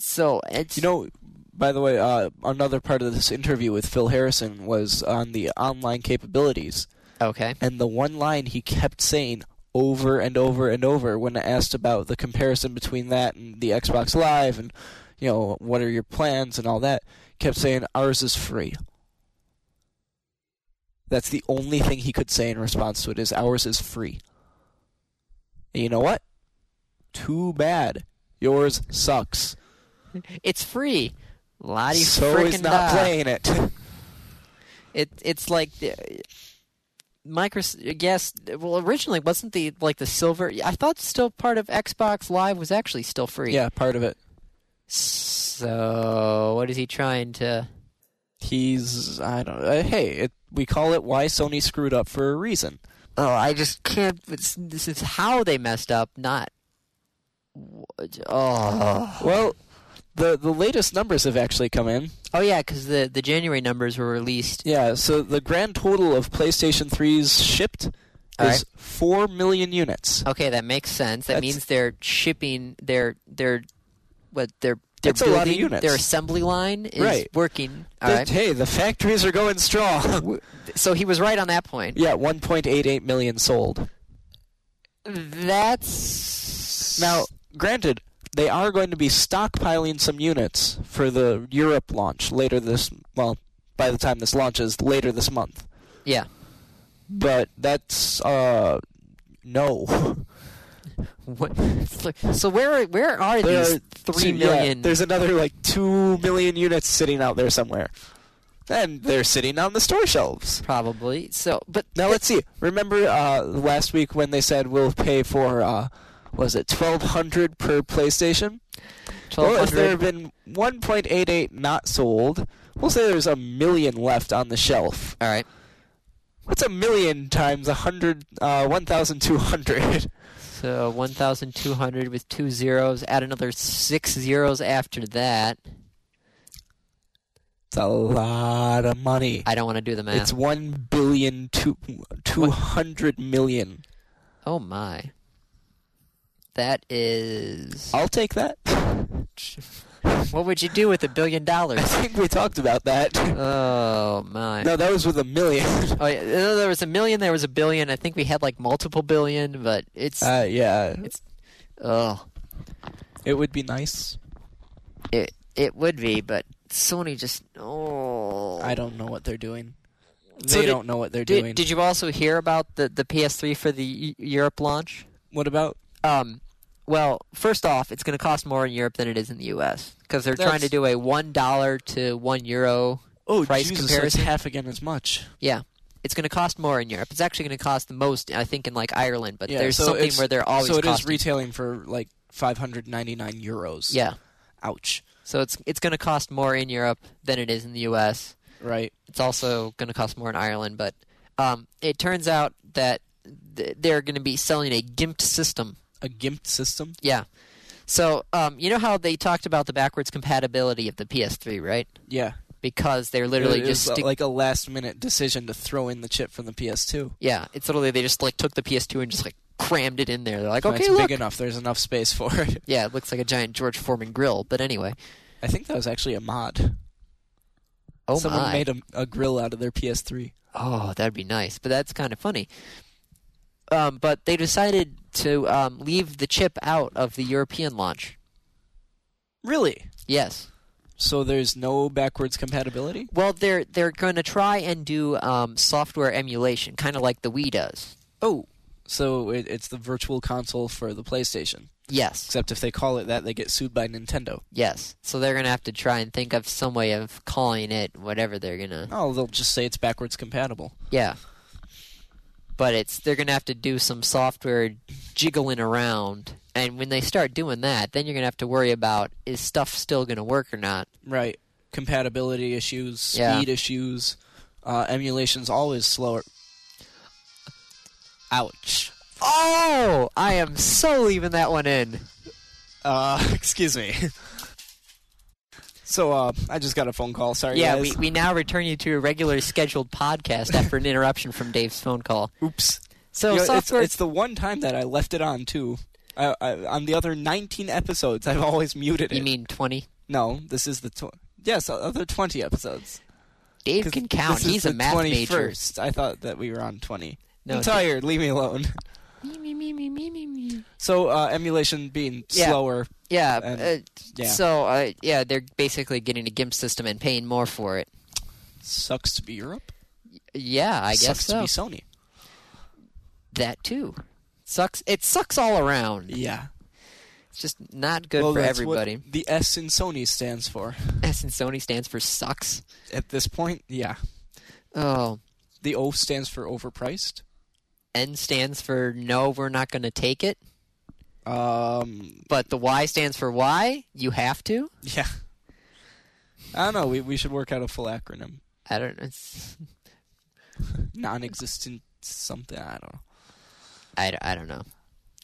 [SPEAKER 1] So it's
[SPEAKER 2] You know, by the way, uh, another part of this interview with Phil Harrison was on the online capabilities.
[SPEAKER 1] okay.
[SPEAKER 2] And the one line he kept saying over and over and over when asked about the comparison between that and the Xbox Live and, you know, what are your plans and all that, kept saying, ours is free. That's the only thing he could say in response to it is ours is free. And you know what? Too bad. Yours sucks.
[SPEAKER 1] It's free. Lottie
[SPEAKER 2] so is not playing it.
[SPEAKER 1] It it's like the Microsoft. Yes, well, originally wasn't the like the silver. I thought still part of Xbox Live was actually still free.
[SPEAKER 2] yeah, part of it.
[SPEAKER 1] So what is he trying to?
[SPEAKER 2] He's I don't uh, hey, it, we call it why Sony screwed up for a reason.
[SPEAKER 1] Oh, I just can't. It's, this is how they messed up. Not. Oh.
[SPEAKER 2] Well, the the latest numbers have actually come in.
[SPEAKER 1] Oh yeah, because the the January numbers were released.
[SPEAKER 2] Yeah, so the grand total of PlayStation 3s shipped
[SPEAKER 1] All
[SPEAKER 2] is 4 million units.
[SPEAKER 1] Okay, that makes sense. That
[SPEAKER 2] That's-
[SPEAKER 1] means they're shipping their their what their their
[SPEAKER 2] That's a lot of
[SPEAKER 1] building-
[SPEAKER 2] units.
[SPEAKER 1] Their assembly line is
[SPEAKER 2] Right.
[SPEAKER 1] working. All
[SPEAKER 2] The-
[SPEAKER 1] right.
[SPEAKER 2] Hey, the factories are going strong.
[SPEAKER 1] So he was right on that point.
[SPEAKER 2] yeah, 1.88 million sold.
[SPEAKER 1] That's
[SPEAKER 2] Now, granted, they are going to be stockpiling some units for the Europe launch later this well, by the time this launches later this month.
[SPEAKER 1] Yeah.
[SPEAKER 2] But that's uh no.
[SPEAKER 1] What? So where are, where are
[SPEAKER 2] There
[SPEAKER 1] these
[SPEAKER 2] are
[SPEAKER 1] three
[SPEAKER 2] two- yeah,
[SPEAKER 1] million?
[SPEAKER 2] there's another like two million units sitting out there somewhere, and they're sitting on the store shelves.
[SPEAKER 1] probably. So, but
[SPEAKER 2] Now let's see. Remember uh, last week when they said we'll pay for uh, was it twelve hundred per PlayStation? Well, if there
[SPEAKER 1] 1200
[SPEAKER 2] have been one point eight eight not sold, we'll say there's a million left on the shelf.
[SPEAKER 1] All right.
[SPEAKER 2] What's a million times a hundred? Uh, one thousand two hundred.
[SPEAKER 1] So 1,200 with two zeros. Add another six zeros after that.
[SPEAKER 2] It's a lot of money.
[SPEAKER 1] I don't want to do the math.
[SPEAKER 2] It's one billion two two hundred million.
[SPEAKER 1] Oh my. That is.
[SPEAKER 2] I'll take that.
[SPEAKER 1] What would you do with a billion
[SPEAKER 2] I
[SPEAKER 1] dollars?
[SPEAKER 2] think we talked about that.
[SPEAKER 1] Oh my.
[SPEAKER 2] No, that was with a million.
[SPEAKER 1] Oh, yeah. uh, There was a million. There was a billion. I think we had like multiple billion, but it's
[SPEAKER 2] Uh, yeah,
[SPEAKER 1] oh,
[SPEAKER 2] it would be nice.
[SPEAKER 1] it it would be, but Sony just oh.
[SPEAKER 2] I don't know what they're doing. They
[SPEAKER 1] So did-
[SPEAKER 2] don't know what they're
[SPEAKER 1] Did,
[SPEAKER 2] doing.
[SPEAKER 1] did you also hear about the the PS3 for the E- Europe launch?
[SPEAKER 2] what about?
[SPEAKER 1] Um, well, first off, it's going to cost more in Europe than it is in the U.S. because they're trying to
[SPEAKER 2] That's-
[SPEAKER 1] do a one dollar to one euro
[SPEAKER 2] Oh,
[SPEAKER 1] Price
[SPEAKER 2] Jesus,
[SPEAKER 1] comparison?
[SPEAKER 2] that's half again as much.
[SPEAKER 1] Yeah. It's going to cost more in Europe. It's actually going to cost the most, I think, in like Ireland. But
[SPEAKER 2] Yeah,
[SPEAKER 1] there's
[SPEAKER 2] so
[SPEAKER 1] something
[SPEAKER 2] it's-
[SPEAKER 1] where they're always
[SPEAKER 2] so it is
[SPEAKER 1] costing.
[SPEAKER 2] retailing for like 599 euros.
[SPEAKER 1] yeah.
[SPEAKER 2] Ouch.
[SPEAKER 1] So it's it's going to cost more in Europe than it is in the U.S.
[SPEAKER 2] Right.
[SPEAKER 1] It's also going to cost more in Ireland. But um, it turns out that th- they're going to be selling a gimped system.
[SPEAKER 2] A GIMP system.
[SPEAKER 1] Yeah. So um, you know how they talked about the backwards compatibility of the PS3, right?
[SPEAKER 2] Yeah.
[SPEAKER 1] because they're literally
[SPEAKER 2] It
[SPEAKER 1] just
[SPEAKER 2] was
[SPEAKER 1] stick-
[SPEAKER 2] like a last minute decision to throw in the chip from the PS2.
[SPEAKER 1] yeah, it's literally they just like took the PS2 and just like crammed it in there. They're like,
[SPEAKER 2] When
[SPEAKER 1] okay,
[SPEAKER 2] it's
[SPEAKER 1] look,
[SPEAKER 2] big enough. There's enough space for it.
[SPEAKER 1] yeah, it looks like a giant George Foreman grill. But anyway,
[SPEAKER 2] I think that was actually a mod.
[SPEAKER 1] oh
[SPEAKER 2] Someone
[SPEAKER 1] my,
[SPEAKER 2] made a, a grill out of their PS3.
[SPEAKER 1] oh that'd be nice. But that's kind of funny. Um, but they decided to um, leave the chip out of the European launch.
[SPEAKER 2] Really?
[SPEAKER 1] Yes.
[SPEAKER 2] So there's no backwards compatibility?
[SPEAKER 1] Well, they're they're going to try and do um, software emulation, kind of like the Wii does.
[SPEAKER 2] Oh. So it, it's the virtual console for the PlayStation.
[SPEAKER 1] Yes,
[SPEAKER 2] Except if they call it that, they get sued by Nintendo.
[SPEAKER 1] yes. So they're going to have to try and think of some way of calling it whatever they're going to.
[SPEAKER 2] Oh, they'll just say it's backwards compatible.
[SPEAKER 1] Yeah. But it's they're going to have to do some software jiggling around, and when they start doing that, then you're going to have to worry about is stuff still going to work or not.
[SPEAKER 2] Right. Compatibility issues,
[SPEAKER 1] Yeah.
[SPEAKER 2] speed issues. Uh, emulation's always slower. Ouch.
[SPEAKER 1] Oh, I am so leaving that one in.
[SPEAKER 2] Uh, excuse me. So, uh, I just got a phone call. Sorry,
[SPEAKER 1] Yeah, we,
[SPEAKER 2] guys.
[SPEAKER 1] we now return you to a regularly scheduled podcast after an interruption from Dave's phone call.
[SPEAKER 2] Oops.
[SPEAKER 1] So
[SPEAKER 2] You know, it's,
[SPEAKER 1] software
[SPEAKER 2] it's the one time that I left it on too. I, I, on the other 19 episodes, I've always muted
[SPEAKER 1] You
[SPEAKER 2] it.
[SPEAKER 1] mean 20?
[SPEAKER 2] no, this is the tw- yes, other 20 episodes.
[SPEAKER 1] Dave
[SPEAKER 2] 'Cause
[SPEAKER 1] can count.
[SPEAKER 2] This is
[SPEAKER 1] He's
[SPEAKER 2] the
[SPEAKER 1] a math
[SPEAKER 2] 21st.
[SPEAKER 1] major.
[SPEAKER 2] I thought that we were on 20.
[SPEAKER 1] No,
[SPEAKER 2] I'm tired. Leave me alone. So uh, emulation being
[SPEAKER 1] Yeah.
[SPEAKER 2] slower.
[SPEAKER 1] Yeah.
[SPEAKER 2] And-
[SPEAKER 1] uh,
[SPEAKER 2] Yeah,
[SPEAKER 1] So, uh, yeah, they're basically getting a GIMP system and paying more for it.
[SPEAKER 2] sucks to be Europe.
[SPEAKER 1] Yeah, I guess
[SPEAKER 2] sucks
[SPEAKER 1] so.
[SPEAKER 2] to be Sony.
[SPEAKER 1] That too. Sucks. It sucks all around.
[SPEAKER 2] Yeah,
[SPEAKER 1] It's just not good
[SPEAKER 2] well,
[SPEAKER 1] for
[SPEAKER 2] that's what
[SPEAKER 1] everybody.
[SPEAKER 2] the S in Sony stands for.
[SPEAKER 1] S and Sony stands for sucks.
[SPEAKER 2] At this point, yeah,
[SPEAKER 1] Oh,
[SPEAKER 2] the O stands for overpriced.
[SPEAKER 1] N stands for no, we're not going to take it.
[SPEAKER 2] Um,
[SPEAKER 1] But the Y stands for why you have to.
[SPEAKER 2] Yeah. I don't know. We we should work out a full acronym.
[SPEAKER 1] I don't. It's,
[SPEAKER 2] Non-existent something. I don't know.
[SPEAKER 1] I, d- I don't know.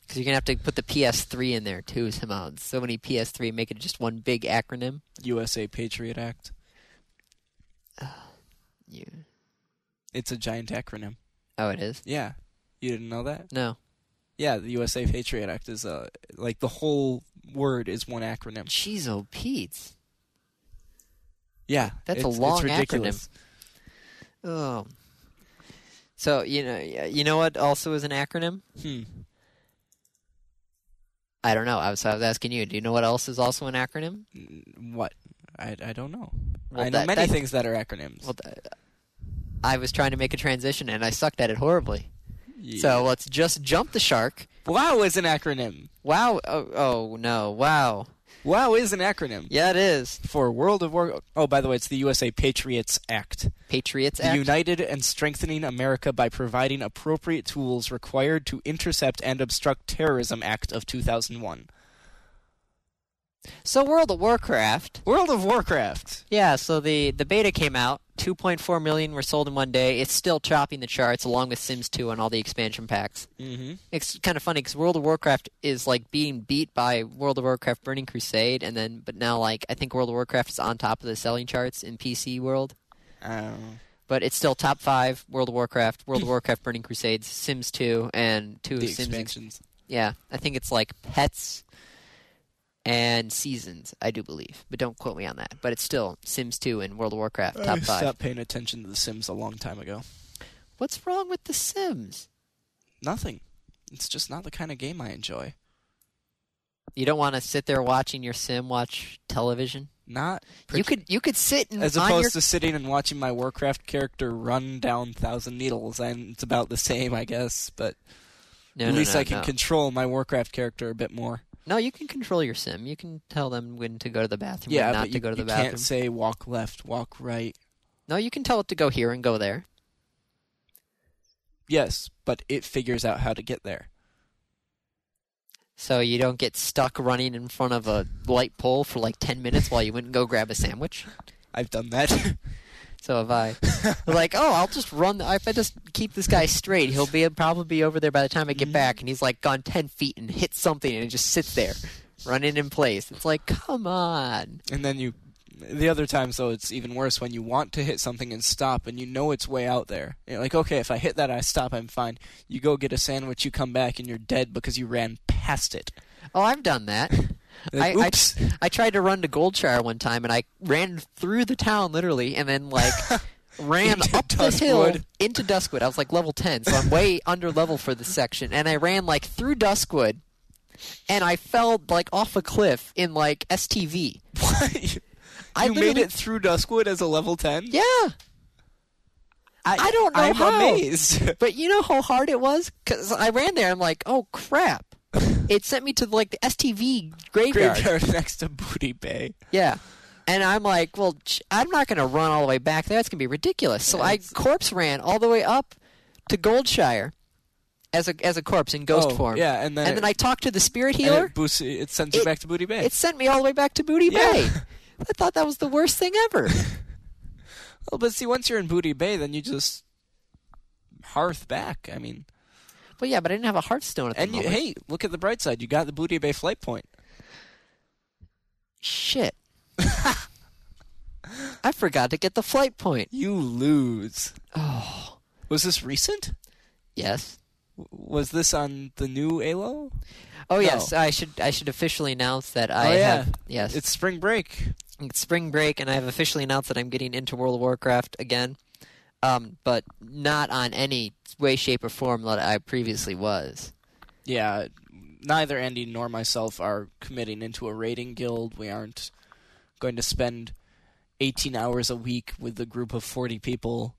[SPEAKER 1] Because you're going to have to put the PS3 in there, too, somehow. So many PS3, make it just one big acronym.
[SPEAKER 2] USA Patriot Act.
[SPEAKER 1] Uh, You...
[SPEAKER 2] It's a giant acronym.
[SPEAKER 1] Oh, it is?
[SPEAKER 2] Yeah. You didn't know that?
[SPEAKER 1] No.
[SPEAKER 2] Yeah, the USA Patriot Act is uh like the whole word is one acronym.
[SPEAKER 1] Jeez, oh, Pete's.
[SPEAKER 2] Yeah.
[SPEAKER 1] That's a
[SPEAKER 2] it's- it's
[SPEAKER 1] long
[SPEAKER 2] ridiculous.
[SPEAKER 1] Oh. So, you know, y- you know what also is an acronym?
[SPEAKER 2] acronym.
[SPEAKER 1] I don't know. I was, I was asking you. Do you know what else is also an acronym?
[SPEAKER 2] Hmm. What? I, I don't know.
[SPEAKER 1] Well,
[SPEAKER 2] I know
[SPEAKER 1] that-
[SPEAKER 2] many
[SPEAKER 1] that-
[SPEAKER 2] things that are acronyms.
[SPEAKER 1] Well, th- I was trying to make a transition, and I sucked at it horribly.
[SPEAKER 2] Yeah.
[SPEAKER 1] So let's just jump the shark.
[SPEAKER 2] wow is an acronym.
[SPEAKER 1] Wow. Oh, oh no. Wow.
[SPEAKER 2] Wow is an acronym
[SPEAKER 1] Yeah, it is.
[SPEAKER 2] for World of War. Oh, by the way, it's the USA Patriots Act.
[SPEAKER 1] Patriots
[SPEAKER 2] The
[SPEAKER 1] Act.
[SPEAKER 2] United and strengthening America by providing appropriate tools required to intercept and obstruct terrorism act of 2001.
[SPEAKER 1] so World of Warcraft.
[SPEAKER 2] World of Warcraft.
[SPEAKER 1] Yeah, so the, the beta came out. 2.4 million were sold in one day. It's still chopping the charts along with Sims 2 and all the expansion packs.
[SPEAKER 2] Mm-hmm.
[SPEAKER 1] It's kind of funny because World of Warcraft is like being beat by World of Warcraft Burning Crusade, and then but now like I think World of Warcraft is on top of the selling charts in PC world, Oh,
[SPEAKER 2] Um,
[SPEAKER 1] but it's still top five. World of Warcraft, World of Warcraft Burning Crusades, Sims 2, and two of
[SPEAKER 2] the
[SPEAKER 1] Sims ex-
[SPEAKER 2] expansions.
[SPEAKER 1] yeah, I think it's like pets and seasons, I do believe. But don't quote me on that. But it's still Sims 2 and World of Warcraft top 5.
[SPEAKER 2] I stopped paying attention to The Sims a long time ago.
[SPEAKER 1] What's wrong with The Sims?
[SPEAKER 2] Nothing. It's just not the kind of game I enjoy.
[SPEAKER 1] You don't want to sit there watching your sim watch television?
[SPEAKER 2] Not
[SPEAKER 1] You could you could sit and
[SPEAKER 2] as
[SPEAKER 1] on
[SPEAKER 2] opposed
[SPEAKER 1] your
[SPEAKER 2] to sitting and watching my Warcraft character run down thousand needles, and it's about the same, I guess. But
[SPEAKER 1] no,
[SPEAKER 2] at
[SPEAKER 1] no,
[SPEAKER 2] least
[SPEAKER 1] no,
[SPEAKER 2] I can
[SPEAKER 1] no.
[SPEAKER 2] control my Warcraft character a bit more.
[SPEAKER 1] No, you can control your sim. You can tell them when to go to the bathroom
[SPEAKER 2] Yeah,
[SPEAKER 1] and not
[SPEAKER 2] but
[SPEAKER 1] to
[SPEAKER 2] you,
[SPEAKER 1] go to the
[SPEAKER 2] you
[SPEAKER 1] bathroom.
[SPEAKER 2] can't say walk left, walk right.
[SPEAKER 1] No, you can tell it to go here and go there.
[SPEAKER 2] Yes, but it figures out how to get there.
[SPEAKER 1] So you don't get stuck running in front of a light pole for like 10 minutes while you went and go grab a sandwich.
[SPEAKER 2] I've done that.
[SPEAKER 1] So have I. like, oh, I'll just run. If I just keep this guy straight, he'll be probably be over there by the time I get back. And he's like gone ten feet and hit something, and it just sits there, running in place. It's like, come on.
[SPEAKER 2] and then you The other times though, it's even worse when you want to hit something and stop, and you know it's way out there. You're like, okay, if I hit that, I stop, I'm fine. You go get a sandwich, you come back, and you're dead because you ran past it.
[SPEAKER 1] Oh, I've done that.
[SPEAKER 2] Like,
[SPEAKER 1] I, I,
[SPEAKER 2] oops.
[SPEAKER 1] I tried to run to Goldshire one time, and I ran through the town literally, and then like ran
[SPEAKER 2] Into
[SPEAKER 1] up the hill
[SPEAKER 2] Duskwood.
[SPEAKER 1] into Duskwood. I was like level ten, so I'm way under level for this section, and I ran like through Duskwood, and I fell like off a cliff in like STV.
[SPEAKER 2] What?
[SPEAKER 1] I
[SPEAKER 2] you made
[SPEAKER 1] literally-
[SPEAKER 2] it through Duskwood as a level ten.
[SPEAKER 1] Yeah, I don't know
[SPEAKER 2] I'm
[SPEAKER 1] how.
[SPEAKER 2] amazed.
[SPEAKER 1] but you know how hard it was because I ran there. I'm like, oh crap! It sent me to like the STV graveyard.
[SPEAKER 2] Graveyard next to Booty Bay.
[SPEAKER 1] Yeah. And I'm like, well, ch- I'm not going to run all the way back there. That's going to be ridiculous. So I corpse ran all the way up to Goldshire as a as a corpse in ghost
[SPEAKER 2] Oh,
[SPEAKER 1] form.
[SPEAKER 2] yeah, and then
[SPEAKER 1] and
[SPEAKER 2] it-
[SPEAKER 1] then I talked to the spirit
[SPEAKER 2] And
[SPEAKER 1] healer.
[SPEAKER 2] It, boosts, it sends you
[SPEAKER 1] It-
[SPEAKER 2] back to Booty Bay.
[SPEAKER 1] It sent me all the way back to Booty
[SPEAKER 2] Yeah.
[SPEAKER 1] Bay. I thought that was the worst thing ever.
[SPEAKER 2] Well, but see, once you're in Booty Bay, then you just hearth back. I mean,
[SPEAKER 1] well, yeah, but I didn't have a Hearthstone at the
[SPEAKER 2] and you,
[SPEAKER 1] moment.
[SPEAKER 2] hey, look at the bright side. You got the Booty Bay flight point.
[SPEAKER 1] Shit. I forgot to get the flight point.
[SPEAKER 2] You lose.
[SPEAKER 1] Oh,
[SPEAKER 2] Was this recent?
[SPEAKER 1] yes.
[SPEAKER 2] W- Was this on the new Halo?
[SPEAKER 1] Oh, yes. I should I should officially announce that I
[SPEAKER 2] Oh, yeah.
[SPEAKER 1] have yes.
[SPEAKER 2] It's spring break.
[SPEAKER 1] It's spring break, and I have officially announced that I'm getting into World of Warcraft again, um, but not on any way, shape, or form that I previously was.
[SPEAKER 2] Yeah, neither Andy nor myself are committing into a raiding guild. We aren't going to spend 18 hours a week with a group of 40 people.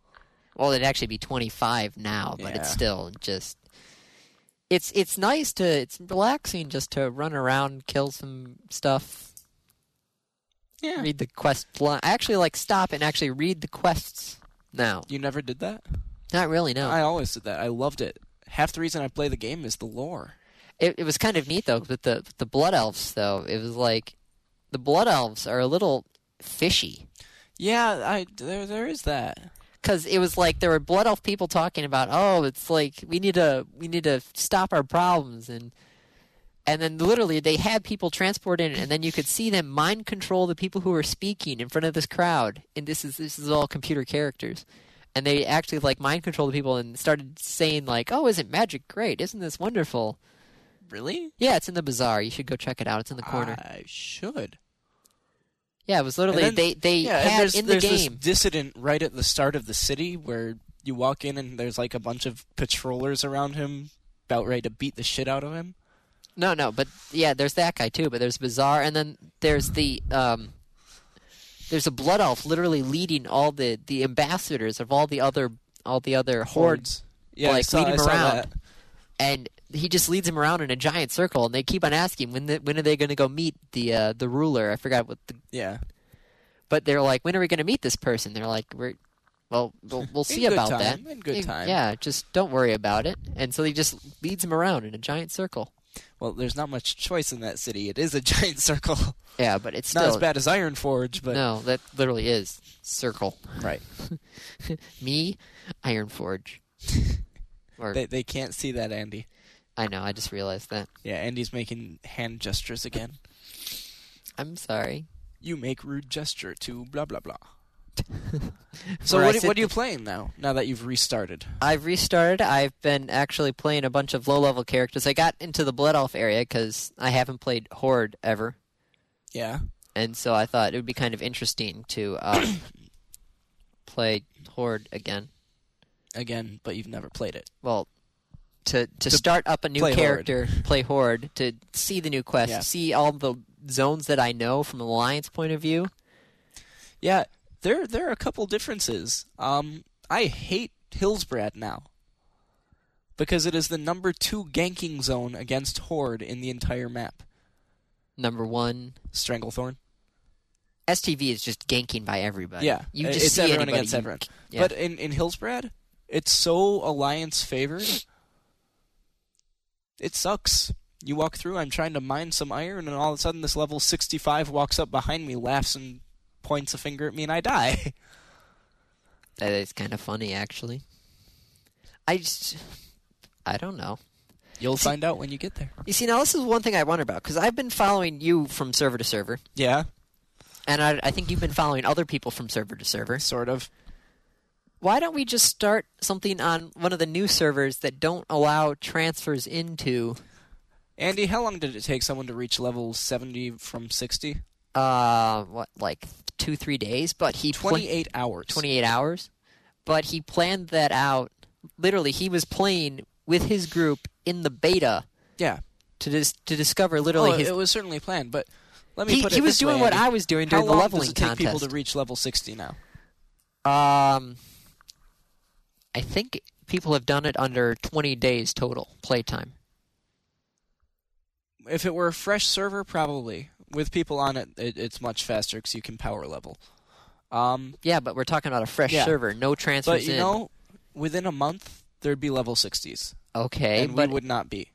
[SPEAKER 1] Well, it'd actually be 25 now, but it's
[SPEAKER 2] Yeah.
[SPEAKER 1] still just. It's it's nice to it's relaxing just to run around, kill some stuff,
[SPEAKER 2] Yeah.
[SPEAKER 1] read the quest. pl- I actually like stop and actually read the quests now.
[SPEAKER 2] You never did that?
[SPEAKER 1] Not really, no.
[SPEAKER 2] I always did that. I loved it. Half the reason I play the game is the lore.
[SPEAKER 1] It, it was kind of neat though with the with the blood elves though. It was like the blood elves are a little fishy
[SPEAKER 2] Yeah, I there there is that.
[SPEAKER 1] because it was like there were blood elf people talking about oh it's like we need to we need to stop our problems and and then literally they had people transported in and then you could see them mind control the people who were speaking in front of this crowd and this is this is all computer characters and they actually like mind controlled the people and started saying like oh isn't magic great isn't this wonderful
[SPEAKER 2] Really?
[SPEAKER 1] yeah it's in the bazaar you should go check it out it's in the corner
[SPEAKER 2] I should.
[SPEAKER 1] Yeah, it was literally
[SPEAKER 2] Ah. And then-
[SPEAKER 1] they they
[SPEAKER 2] yeah, and
[SPEAKER 1] had
[SPEAKER 2] there's,
[SPEAKER 1] in the
[SPEAKER 2] there's this
[SPEAKER 1] game.
[SPEAKER 2] dissident right at the start of the city where you walk in and there's like a bunch of patrollers around him about ready to beat the shit out of him.
[SPEAKER 1] No, no, but yeah, there's that guy too. But there's Bizarre, and then there's the um, there's a blood elf literally leading all the the ambassadors of all the other all the other hordes,
[SPEAKER 2] Yeah, I
[SPEAKER 1] like,
[SPEAKER 2] saw,
[SPEAKER 1] lead
[SPEAKER 2] I
[SPEAKER 1] him
[SPEAKER 2] saw
[SPEAKER 1] around.
[SPEAKER 2] that.
[SPEAKER 1] and he just leads them around in a giant circle, and they keep on asking when the, when are they going to go meet the uh, the ruler? I forgot what the
[SPEAKER 2] Yeah.
[SPEAKER 1] but they're like, when are we going to meet this person? They're like, we're well, we'll, we'll see
[SPEAKER 2] good
[SPEAKER 1] about
[SPEAKER 2] time,
[SPEAKER 1] that
[SPEAKER 2] in good
[SPEAKER 1] Yeah,
[SPEAKER 2] time.
[SPEAKER 1] Yeah, just don't worry about it. And so he just leads them around in a giant circle.
[SPEAKER 2] Well, there's not much choice in that city. It is a giant circle.
[SPEAKER 1] Yeah, but it's still
[SPEAKER 2] not as bad as Iron Forge, but
[SPEAKER 1] No, that literally is circle.
[SPEAKER 2] right.
[SPEAKER 1] Me, Iron Forge. or
[SPEAKER 2] They they can't see that Andy.
[SPEAKER 1] I know, I just realized that.
[SPEAKER 2] Yeah, Andy's making hand gestures again.
[SPEAKER 1] I'm sorry.
[SPEAKER 2] you make rude gesture to blah blah blah. so
[SPEAKER 1] Where I
[SPEAKER 2] what, do-
[SPEAKER 1] sit
[SPEAKER 2] what are you
[SPEAKER 1] th-
[SPEAKER 2] playing now? Now that you've restarted,
[SPEAKER 1] I've restarted. I've been actually playing a bunch of low-level characters. I got into the Blood Elf area because I haven't played Horde ever,
[SPEAKER 2] yeah,
[SPEAKER 1] and so I thought it would be kind of interesting to uh, play Horde again.
[SPEAKER 2] again, but you've never played it.
[SPEAKER 1] Well, to to start up a new
[SPEAKER 2] play Horde.
[SPEAKER 1] character, play Horde, to see the new quest,
[SPEAKER 2] Yeah.
[SPEAKER 1] see all the zones that I know from an Alliance point of view.
[SPEAKER 2] Yeah, there there are a couple differences. Um, I hate Hillsbrad now because it is the number two ganking zone against Horde in the entire map.
[SPEAKER 1] Number one,
[SPEAKER 2] Stranglethorn.
[SPEAKER 1] STV is just ganking by everybody.
[SPEAKER 2] Yeah,
[SPEAKER 1] you
[SPEAKER 2] i-
[SPEAKER 1] just
[SPEAKER 2] it's
[SPEAKER 1] see
[SPEAKER 2] everyone
[SPEAKER 1] anybody,
[SPEAKER 2] against
[SPEAKER 1] you-
[SPEAKER 2] everyone.
[SPEAKER 1] yeah.
[SPEAKER 2] But in in Hillsbrad, it's so alliance favored. It sucks. You walk through. I'm trying to mine some iron, and all of a sudden, this level 65 walks up behind me, laughs, and points a finger at me, and I die.
[SPEAKER 1] That is kind of funny, actually. I just, I don't know.
[SPEAKER 2] You'll
[SPEAKER 1] See-
[SPEAKER 2] find out when you get there.
[SPEAKER 1] You see, now this is one thing I wonder about because I've been following you from server to server,
[SPEAKER 2] Yeah.
[SPEAKER 1] And I, I think you've been following other people from server to server.
[SPEAKER 2] sort of.
[SPEAKER 1] Why don't we just start something on one of the new servers that don't allow transfers into?
[SPEAKER 2] Andy, how long did it take someone to reach level 70 from 60?
[SPEAKER 1] Uh, what like two three days? But he pla-
[SPEAKER 2] 28 hours.
[SPEAKER 1] 28 hours. But he planned that out. Literally, he was playing with his group in the beta
[SPEAKER 2] Yeah.
[SPEAKER 1] to dis- to discover literally
[SPEAKER 2] oh,
[SPEAKER 1] his.
[SPEAKER 2] it was certainly planned, but let me
[SPEAKER 1] he
[SPEAKER 2] put it
[SPEAKER 1] he was
[SPEAKER 2] this
[SPEAKER 1] doing
[SPEAKER 2] way,
[SPEAKER 1] what
[SPEAKER 2] Andy.
[SPEAKER 1] I was doing during the
[SPEAKER 2] How long
[SPEAKER 1] leveling
[SPEAKER 2] does it take
[SPEAKER 1] contest.
[SPEAKER 2] people to reach level 60 now?
[SPEAKER 1] um, I think people have done it under 20 days total playtime.
[SPEAKER 2] If it were a fresh server, probably. With people on it, it it's much faster because you can power level. Um,
[SPEAKER 1] Yeah, but we're talking about a fresh
[SPEAKER 2] Yeah.
[SPEAKER 1] server, no transfers
[SPEAKER 2] but you
[SPEAKER 1] in.
[SPEAKER 2] know, within a month, there'd be level 60s.
[SPEAKER 1] okay,
[SPEAKER 2] and
[SPEAKER 1] but
[SPEAKER 2] we would not be.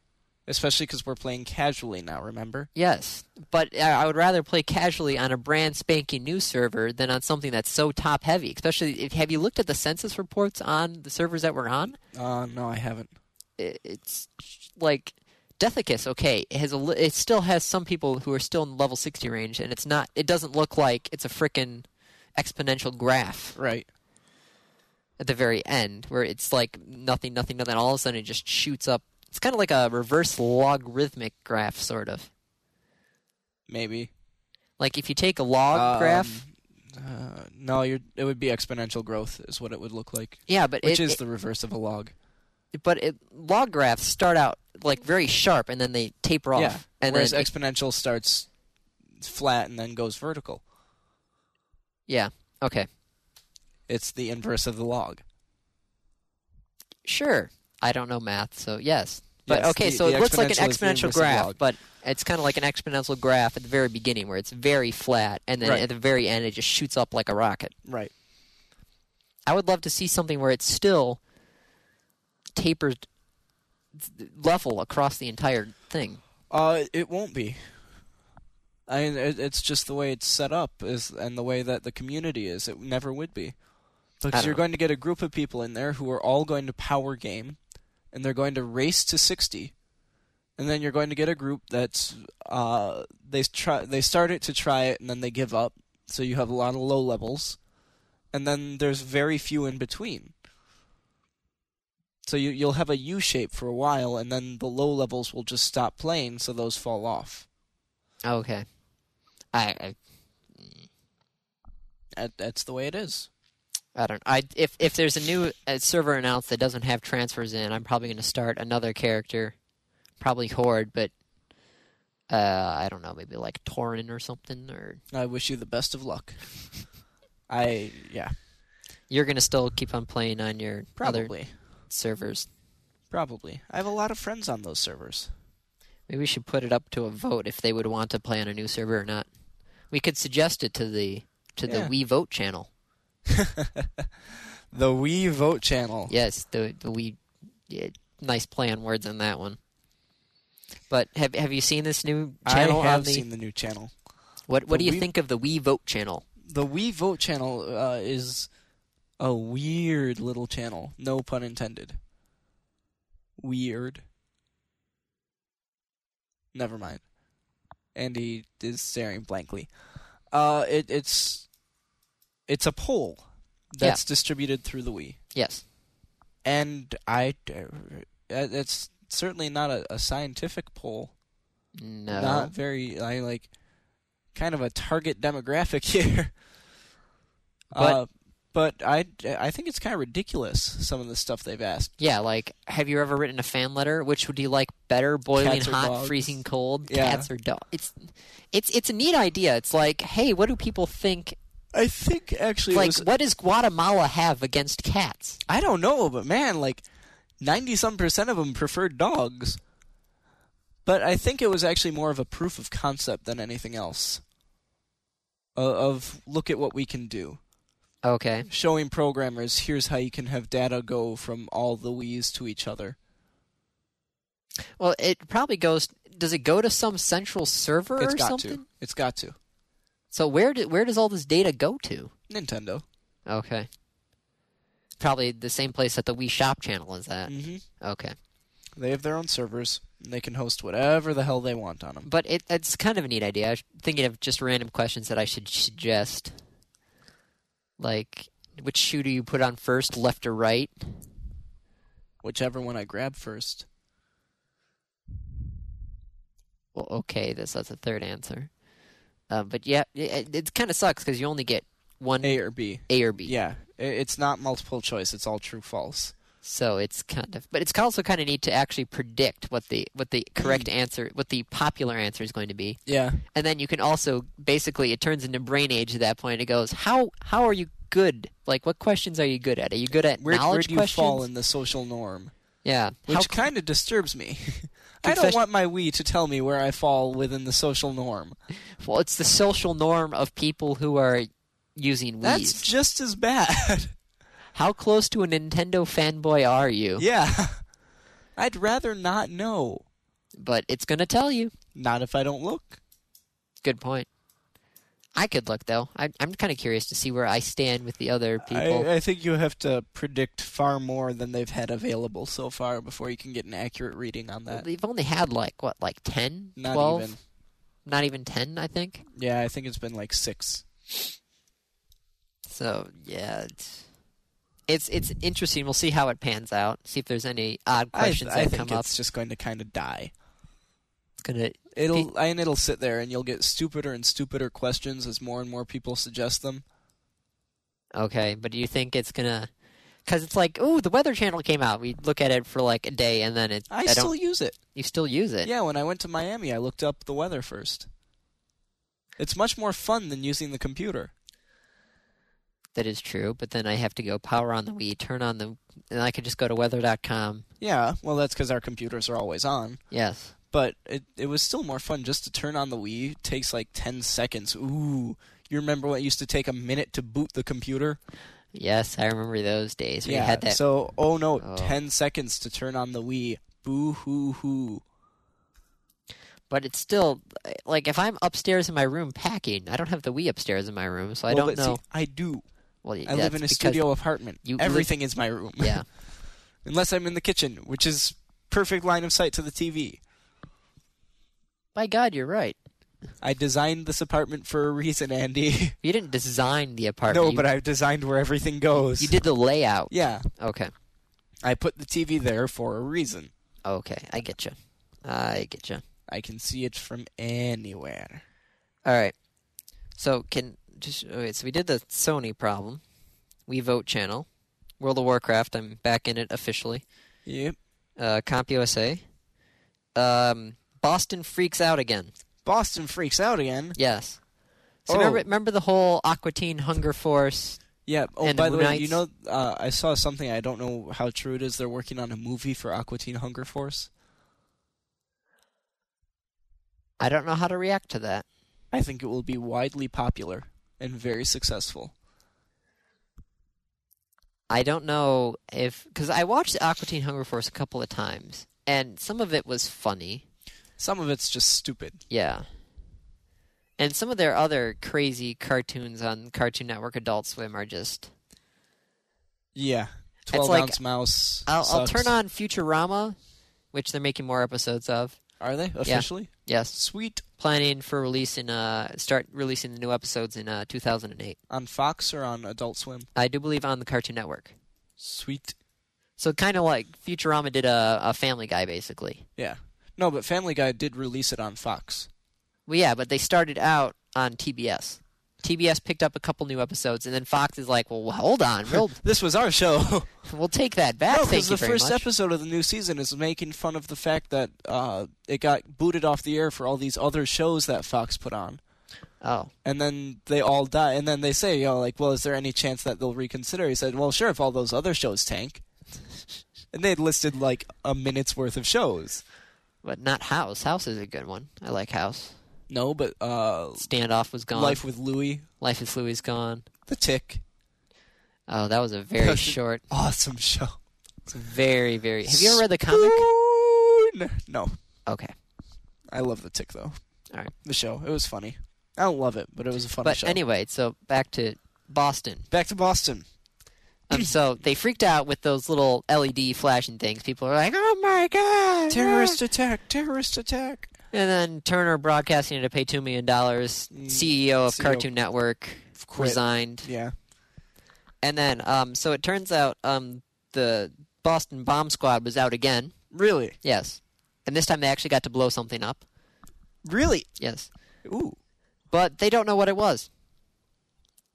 [SPEAKER 2] Especially because we're playing casually now, remember?
[SPEAKER 1] yes, but I I would rather play casually on a brand spanking new server than on something that's so top heavy. Especially if have you looked at the census reports on the servers that we're on?
[SPEAKER 2] Uh, no, I haven't.
[SPEAKER 1] I- It's like Deathicus. Okay, it has a li- it still has some people who are still in the level sixty range, and it's not. It doesn't look like it's a frickin' exponential graph
[SPEAKER 2] Right.
[SPEAKER 1] at the very end where it's like nothing, nothing, nothing. All of a sudden, it just shoots up. It's kind of like a reverse logarithmic graph, sort of.
[SPEAKER 2] Maybe.
[SPEAKER 1] Like if you take a log
[SPEAKER 2] Um,
[SPEAKER 1] graph,
[SPEAKER 2] Uh, no, you're, it would be exponential growth, is what it would look like.
[SPEAKER 1] yeah, but
[SPEAKER 2] Which
[SPEAKER 1] it,
[SPEAKER 2] is
[SPEAKER 1] it-
[SPEAKER 2] the reverse of a log.
[SPEAKER 1] but it, log graphs start out like very sharp and then they taper off.
[SPEAKER 2] Yeah.
[SPEAKER 1] and
[SPEAKER 2] Whereas
[SPEAKER 1] then it-
[SPEAKER 2] exponential starts flat and then goes vertical.
[SPEAKER 1] yeah, okay,
[SPEAKER 2] It's the inverse of the log.
[SPEAKER 1] sure. I don't know math, so yes. But
[SPEAKER 2] Yes,
[SPEAKER 1] okay,
[SPEAKER 2] the-
[SPEAKER 1] so
[SPEAKER 2] the
[SPEAKER 1] it looks like an
[SPEAKER 2] exponential is the
[SPEAKER 1] exponential
[SPEAKER 2] inverse of
[SPEAKER 1] graph,
[SPEAKER 2] log.
[SPEAKER 1] but it's kind of like an exponential graph at the very beginning where it's very flat, and then
[SPEAKER 2] Right.
[SPEAKER 1] at the very end it just shoots up like a rocket.
[SPEAKER 2] Right.
[SPEAKER 1] I would love to see something where it's still tapered level across the entire thing.
[SPEAKER 2] Uh, it won't be. I mean, it, it's just the way it's set up is, and the way that the community is. It never would be, because
[SPEAKER 1] don't
[SPEAKER 2] you're
[SPEAKER 1] know.
[SPEAKER 2] going to get a group of people in there who are all going to power game, and they're going to race to sixty, and then you're going to get a group that's uh they try they start it to try it and then they give up, so you have a lot of low levels, and then there's very few in between. So you you'll have a U shape for a while, and then the low levels will just stop playing, so those fall off.
[SPEAKER 1] Okay, I, I mm.
[SPEAKER 2] That, that's the way it is.
[SPEAKER 1] I don't. I if if there's a new uh, server announced that doesn't have transfers in, I'm probably going to start another character, probably Horde, but uh, I don't know, maybe like Torin or something. Or
[SPEAKER 2] I wish you the best of luck. I yeah,
[SPEAKER 1] you're going to still keep on playing on your other
[SPEAKER 2] probably,
[SPEAKER 1] servers.
[SPEAKER 2] probably. I have a lot of friends on those servers.
[SPEAKER 1] Maybe we should put it up to a vote if they would want to play on a new server or not. We could suggest it to the to
[SPEAKER 2] Yeah.
[SPEAKER 1] the We Vote channel.
[SPEAKER 2] The We Vote channel.
[SPEAKER 1] Yes, the the We. Yeah, nice play on words on that one. But have have you seen this new channel
[SPEAKER 2] I have
[SPEAKER 1] on the?
[SPEAKER 2] seen the new channel.
[SPEAKER 1] What What do
[SPEAKER 2] The
[SPEAKER 1] you
[SPEAKER 2] Wii-
[SPEAKER 1] think of the Wii Vote channel?
[SPEAKER 2] The We Vote channel uh, is a weird little channel. No pun intended. Weird. Never mind. Andy is staring blankly. Uh, it, it's it's a poll that's distributed through the Wii.
[SPEAKER 1] Yes.
[SPEAKER 2] and I, uh, it's certainly not a, a scientific poll.
[SPEAKER 1] No.
[SPEAKER 2] Not very. I like kind of a target demographic here.
[SPEAKER 1] But-
[SPEAKER 2] uh, but I, I think it's kind of ridiculous some of the stuff they've asked.
[SPEAKER 1] yeah, like, have you ever written a fan letter? Which would you like better, boiling
[SPEAKER 2] Cats or
[SPEAKER 1] hot,
[SPEAKER 2] dogs?
[SPEAKER 1] freezing cold,
[SPEAKER 2] Yeah.
[SPEAKER 1] cats or dogs? It's, it's, it's a neat idea. It's like, hey, what do people think?
[SPEAKER 2] I think actually, it
[SPEAKER 1] like,
[SPEAKER 2] was-
[SPEAKER 1] what does Guatemala have against cats?
[SPEAKER 2] I don't know, but man, like ninety some percent of them preferred dogs. But I think it was actually more of a proof of concept than anything else. O- of look at what we can do.
[SPEAKER 1] Okay.
[SPEAKER 2] showing programmers here's how you can have data go from all the Wii's to each other.
[SPEAKER 1] Well, it probably goes. Does it go to some central server
[SPEAKER 2] It's
[SPEAKER 1] or
[SPEAKER 2] got
[SPEAKER 1] something?
[SPEAKER 2] to. It's got to.
[SPEAKER 1] So where do, where does all this data go to?
[SPEAKER 2] Nintendo.
[SPEAKER 1] Okay. Probably the same place that the Wii Shop channel is at.
[SPEAKER 2] Mm-hmm.
[SPEAKER 1] Okay.
[SPEAKER 2] They have their own servers. And they can host whatever the hell they want on them.
[SPEAKER 1] But it, it's kind of a neat idea. I was thinking of just random questions that I should suggest. Like, which shoe do you put on first, left or right?
[SPEAKER 2] Whichever one I grab first.
[SPEAKER 1] Well, okay, that's, that's a third answer. Uh, but yeah, it, it kind of sucks because you only get one
[SPEAKER 2] A or B.
[SPEAKER 1] A or B.
[SPEAKER 2] Yeah. I- It's not multiple choice. It's all true false.
[SPEAKER 1] So it's kind of, but it's also kind of neat to actually predict what the what the correct
[SPEAKER 2] Mm.
[SPEAKER 1] answer, what the popular answer is going to be,
[SPEAKER 2] Yeah.
[SPEAKER 1] and then you can also basically it turns into brain age at that point. It goes, how how are you good? Like, what questions are you good at? Are you good at
[SPEAKER 2] Where, where
[SPEAKER 1] knowledge
[SPEAKER 2] do you
[SPEAKER 1] questions?
[SPEAKER 2] fall in the social norm?
[SPEAKER 1] yeah,
[SPEAKER 2] Which
[SPEAKER 1] How-
[SPEAKER 2] kind of disturbs me. I don't
[SPEAKER 1] Confession-
[SPEAKER 2] want my Wii to tell me where I fall within the social norm.
[SPEAKER 1] well, it's the social norm of people who are using Wii's.
[SPEAKER 2] That's just as bad.
[SPEAKER 1] How close to a Nintendo fanboy are you?
[SPEAKER 2] yeah. I'd rather not know.
[SPEAKER 1] But it's gonna tell you.
[SPEAKER 2] Not if I don't look.
[SPEAKER 1] Good point. I could look though. I, I'm kind of curious to see where I stand with the other people.
[SPEAKER 2] I, I think you have to predict far more than they've had available so far before you can get an accurate reading on
[SPEAKER 1] Well,
[SPEAKER 2] that.
[SPEAKER 1] they've only had like what, like 10,
[SPEAKER 2] Not
[SPEAKER 1] 12?
[SPEAKER 2] even.
[SPEAKER 1] Not even 10, I think.
[SPEAKER 2] Yeah, I think it's been like six.
[SPEAKER 1] So, yeah, it's it's, it's interesting. We'll see how it pans out. See if there's any odd
[SPEAKER 2] I,
[SPEAKER 1] questions
[SPEAKER 2] I
[SPEAKER 1] that
[SPEAKER 2] think
[SPEAKER 1] come up.
[SPEAKER 2] it's just going to kind of die.
[SPEAKER 1] It's gonna
[SPEAKER 2] It'll and it'll sit there, and you'll get stupider and stupider questions as more and more people suggest them.
[SPEAKER 1] Okay, but do you think it's gonna cuz it's like, "Ooh, the weather channel came out. We look at it for like a day and then it
[SPEAKER 2] I,
[SPEAKER 1] don't
[SPEAKER 2] still use it.
[SPEAKER 1] you still use it."
[SPEAKER 2] Yeah, when I went to Miami, I looked up the weather first. It's much more fun than using the computer.
[SPEAKER 1] That is true, but then I have to go power on the Wii, turn on the and I could just go to weather.com.
[SPEAKER 2] Yeah, well, that's because our computers are always on.
[SPEAKER 1] Yes.
[SPEAKER 2] but it it was still more fun just to turn on the Wii. Takes like ten seconds. Ooh, you remember what used to take a minute to boot the computer?
[SPEAKER 1] Yes, I remember those days. where you
[SPEAKER 2] yeah.
[SPEAKER 1] had that
[SPEAKER 2] So oh no,
[SPEAKER 1] Oh.
[SPEAKER 2] ten seconds to turn on the Wii. Boo hoo hoo.
[SPEAKER 1] But it's still like if I'm upstairs in my room packing, I don't have the Wii upstairs in my room, so I
[SPEAKER 2] Well,
[SPEAKER 1] don't
[SPEAKER 2] but see,
[SPEAKER 1] know.
[SPEAKER 2] I do.
[SPEAKER 1] well,
[SPEAKER 2] I live in a studio apartment.
[SPEAKER 1] you live-
[SPEAKER 2] Everything is my room.
[SPEAKER 1] yeah,
[SPEAKER 2] Unless I'm in the kitchen, which is perfect line of sight to the TV.
[SPEAKER 1] by God, you're right.
[SPEAKER 2] I designed this apartment for a reason, Andy.
[SPEAKER 1] You didn't design the apartment.
[SPEAKER 2] no,
[SPEAKER 1] you,
[SPEAKER 2] but I've designed where everything goes.
[SPEAKER 1] you did the layout.
[SPEAKER 2] Yeah,
[SPEAKER 1] Okay,
[SPEAKER 2] I put the TV there for a reason.
[SPEAKER 1] okay, I get you. I get you.
[SPEAKER 2] I can see it from anywhere.
[SPEAKER 1] All right. So can just oh, wait. So we did the Sony problem. We vote channel. World of Warcraft. I'm back in it officially.
[SPEAKER 2] Yep.
[SPEAKER 1] Uh, Comp USA. Um, Boston freaks out again.
[SPEAKER 2] Boston freaks out again.
[SPEAKER 1] Yes. So
[SPEAKER 2] Oh.
[SPEAKER 1] remember, remember the whole Aquatine Hunger Force
[SPEAKER 2] Yeah. Oh,
[SPEAKER 1] And
[SPEAKER 2] by
[SPEAKER 1] the
[SPEAKER 2] the way, you know,
[SPEAKER 1] Moonites.
[SPEAKER 2] uh, I saw something. I don't know how true it is. They're working on a movie for Aquatine Hunger Force.
[SPEAKER 1] I don't know how to react to that.
[SPEAKER 2] I think it will be widely popular and very successful.
[SPEAKER 1] I don't know if because I watched Aquatine Hunger Force a couple of times, and some of it was funny,
[SPEAKER 2] Some of it's just stupid.
[SPEAKER 1] yeah, and some of their other crazy cartoons on Cartoon Network, Adult Swim are just.
[SPEAKER 2] Yeah. Twelve
[SPEAKER 1] like-
[SPEAKER 2] ounce mouse.
[SPEAKER 1] I'll, I'll
[SPEAKER 2] sucks.
[SPEAKER 1] turn on Futurama, which they're making more episodes of.
[SPEAKER 2] Are they officially?
[SPEAKER 1] Yes,
[SPEAKER 2] Sweet.
[SPEAKER 1] planning for release in uh start releasing the new episodes in uh 2008.
[SPEAKER 2] On Fox or on Adult Swim?
[SPEAKER 1] I do believe on the Cartoon Network.
[SPEAKER 2] Sweet.
[SPEAKER 1] So kind of like Futurama did a, a Family Guy basically.
[SPEAKER 2] Yeah. No, but Family Guy did release it on Fox.
[SPEAKER 1] Well, yeah, but they started out on TBS. TBS picked up a couple new episodes, and then Fox is like, "Well, hold on, we'll
[SPEAKER 2] This was our show.
[SPEAKER 1] we'll take that back."
[SPEAKER 2] No,
[SPEAKER 1] Thank
[SPEAKER 2] because
[SPEAKER 1] you
[SPEAKER 2] the
[SPEAKER 1] very
[SPEAKER 2] first
[SPEAKER 1] much.
[SPEAKER 2] episode of the new season is making fun of the fact that uh, it got booted off the air for all these other shows that Fox put on,
[SPEAKER 1] oh,
[SPEAKER 2] and then they all die. And then they say, you know, like, well, is there any chance that they'll reconsider? He said, well, sure, if all those other shows tank. And they had listed like a minute's worth of shows.
[SPEAKER 1] but not House. House is a good one. I like House.
[SPEAKER 2] No, but uh,
[SPEAKER 1] Standoff was gone.
[SPEAKER 2] Life with Louie,
[SPEAKER 1] Life is Louis gone.
[SPEAKER 2] The Tick,
[SPEAKER 1] Oh, that was a very short,
[SPEAKER 2] awesome show.
[SPEAKER 1] it's very very. Have you ever read the comic?
[SPEAKER 2] Spoon! No,
[SPEAKER 1] Okay,
[SPEAKER 2] I love The Tick though.
[SPEAKER 1] All right.
[SPEAKER 2] the show it was funny. I don't love it, but it was a fun
[SPEAKER 1] but
[SPEAKER 2] show.
[SPEAKER 1] anyway, so back to Boston.
[SPEAKER 2] Back to Boston.
[SPEAKER 1] Um, so they freaked out with those little LED flashing things. People are like, "Oh my god!"
[SPEAKER 2] Terrorist attack! Terrorist attack!
[SPEAKER 1] And then Turner Broadcasting had to pay two million dollars.
[SPEAKER 2] Mm,
[SPEAKER 1] CEO of
[SPEAKER 2] CEO.
[SPEAKER 1] Cartoon Network
[SPEAKER 2] Quit.
[SPEAKER 1] resigned.
[SPEAKER 2] Yeah.
[SPEAKER 1] And then, um, so it turns out um, the Boston Bomb Squad was out again.
[SPEAKER 2] Really?
[SPEAKER 1] Yes. And this time they actually got to blow something up.
[SPEAKER 2] Really?
[SPEAKER 1] Yes.
[SPEAKER 2] Ooh.
[SPEAKER 1] But they don't know what it was.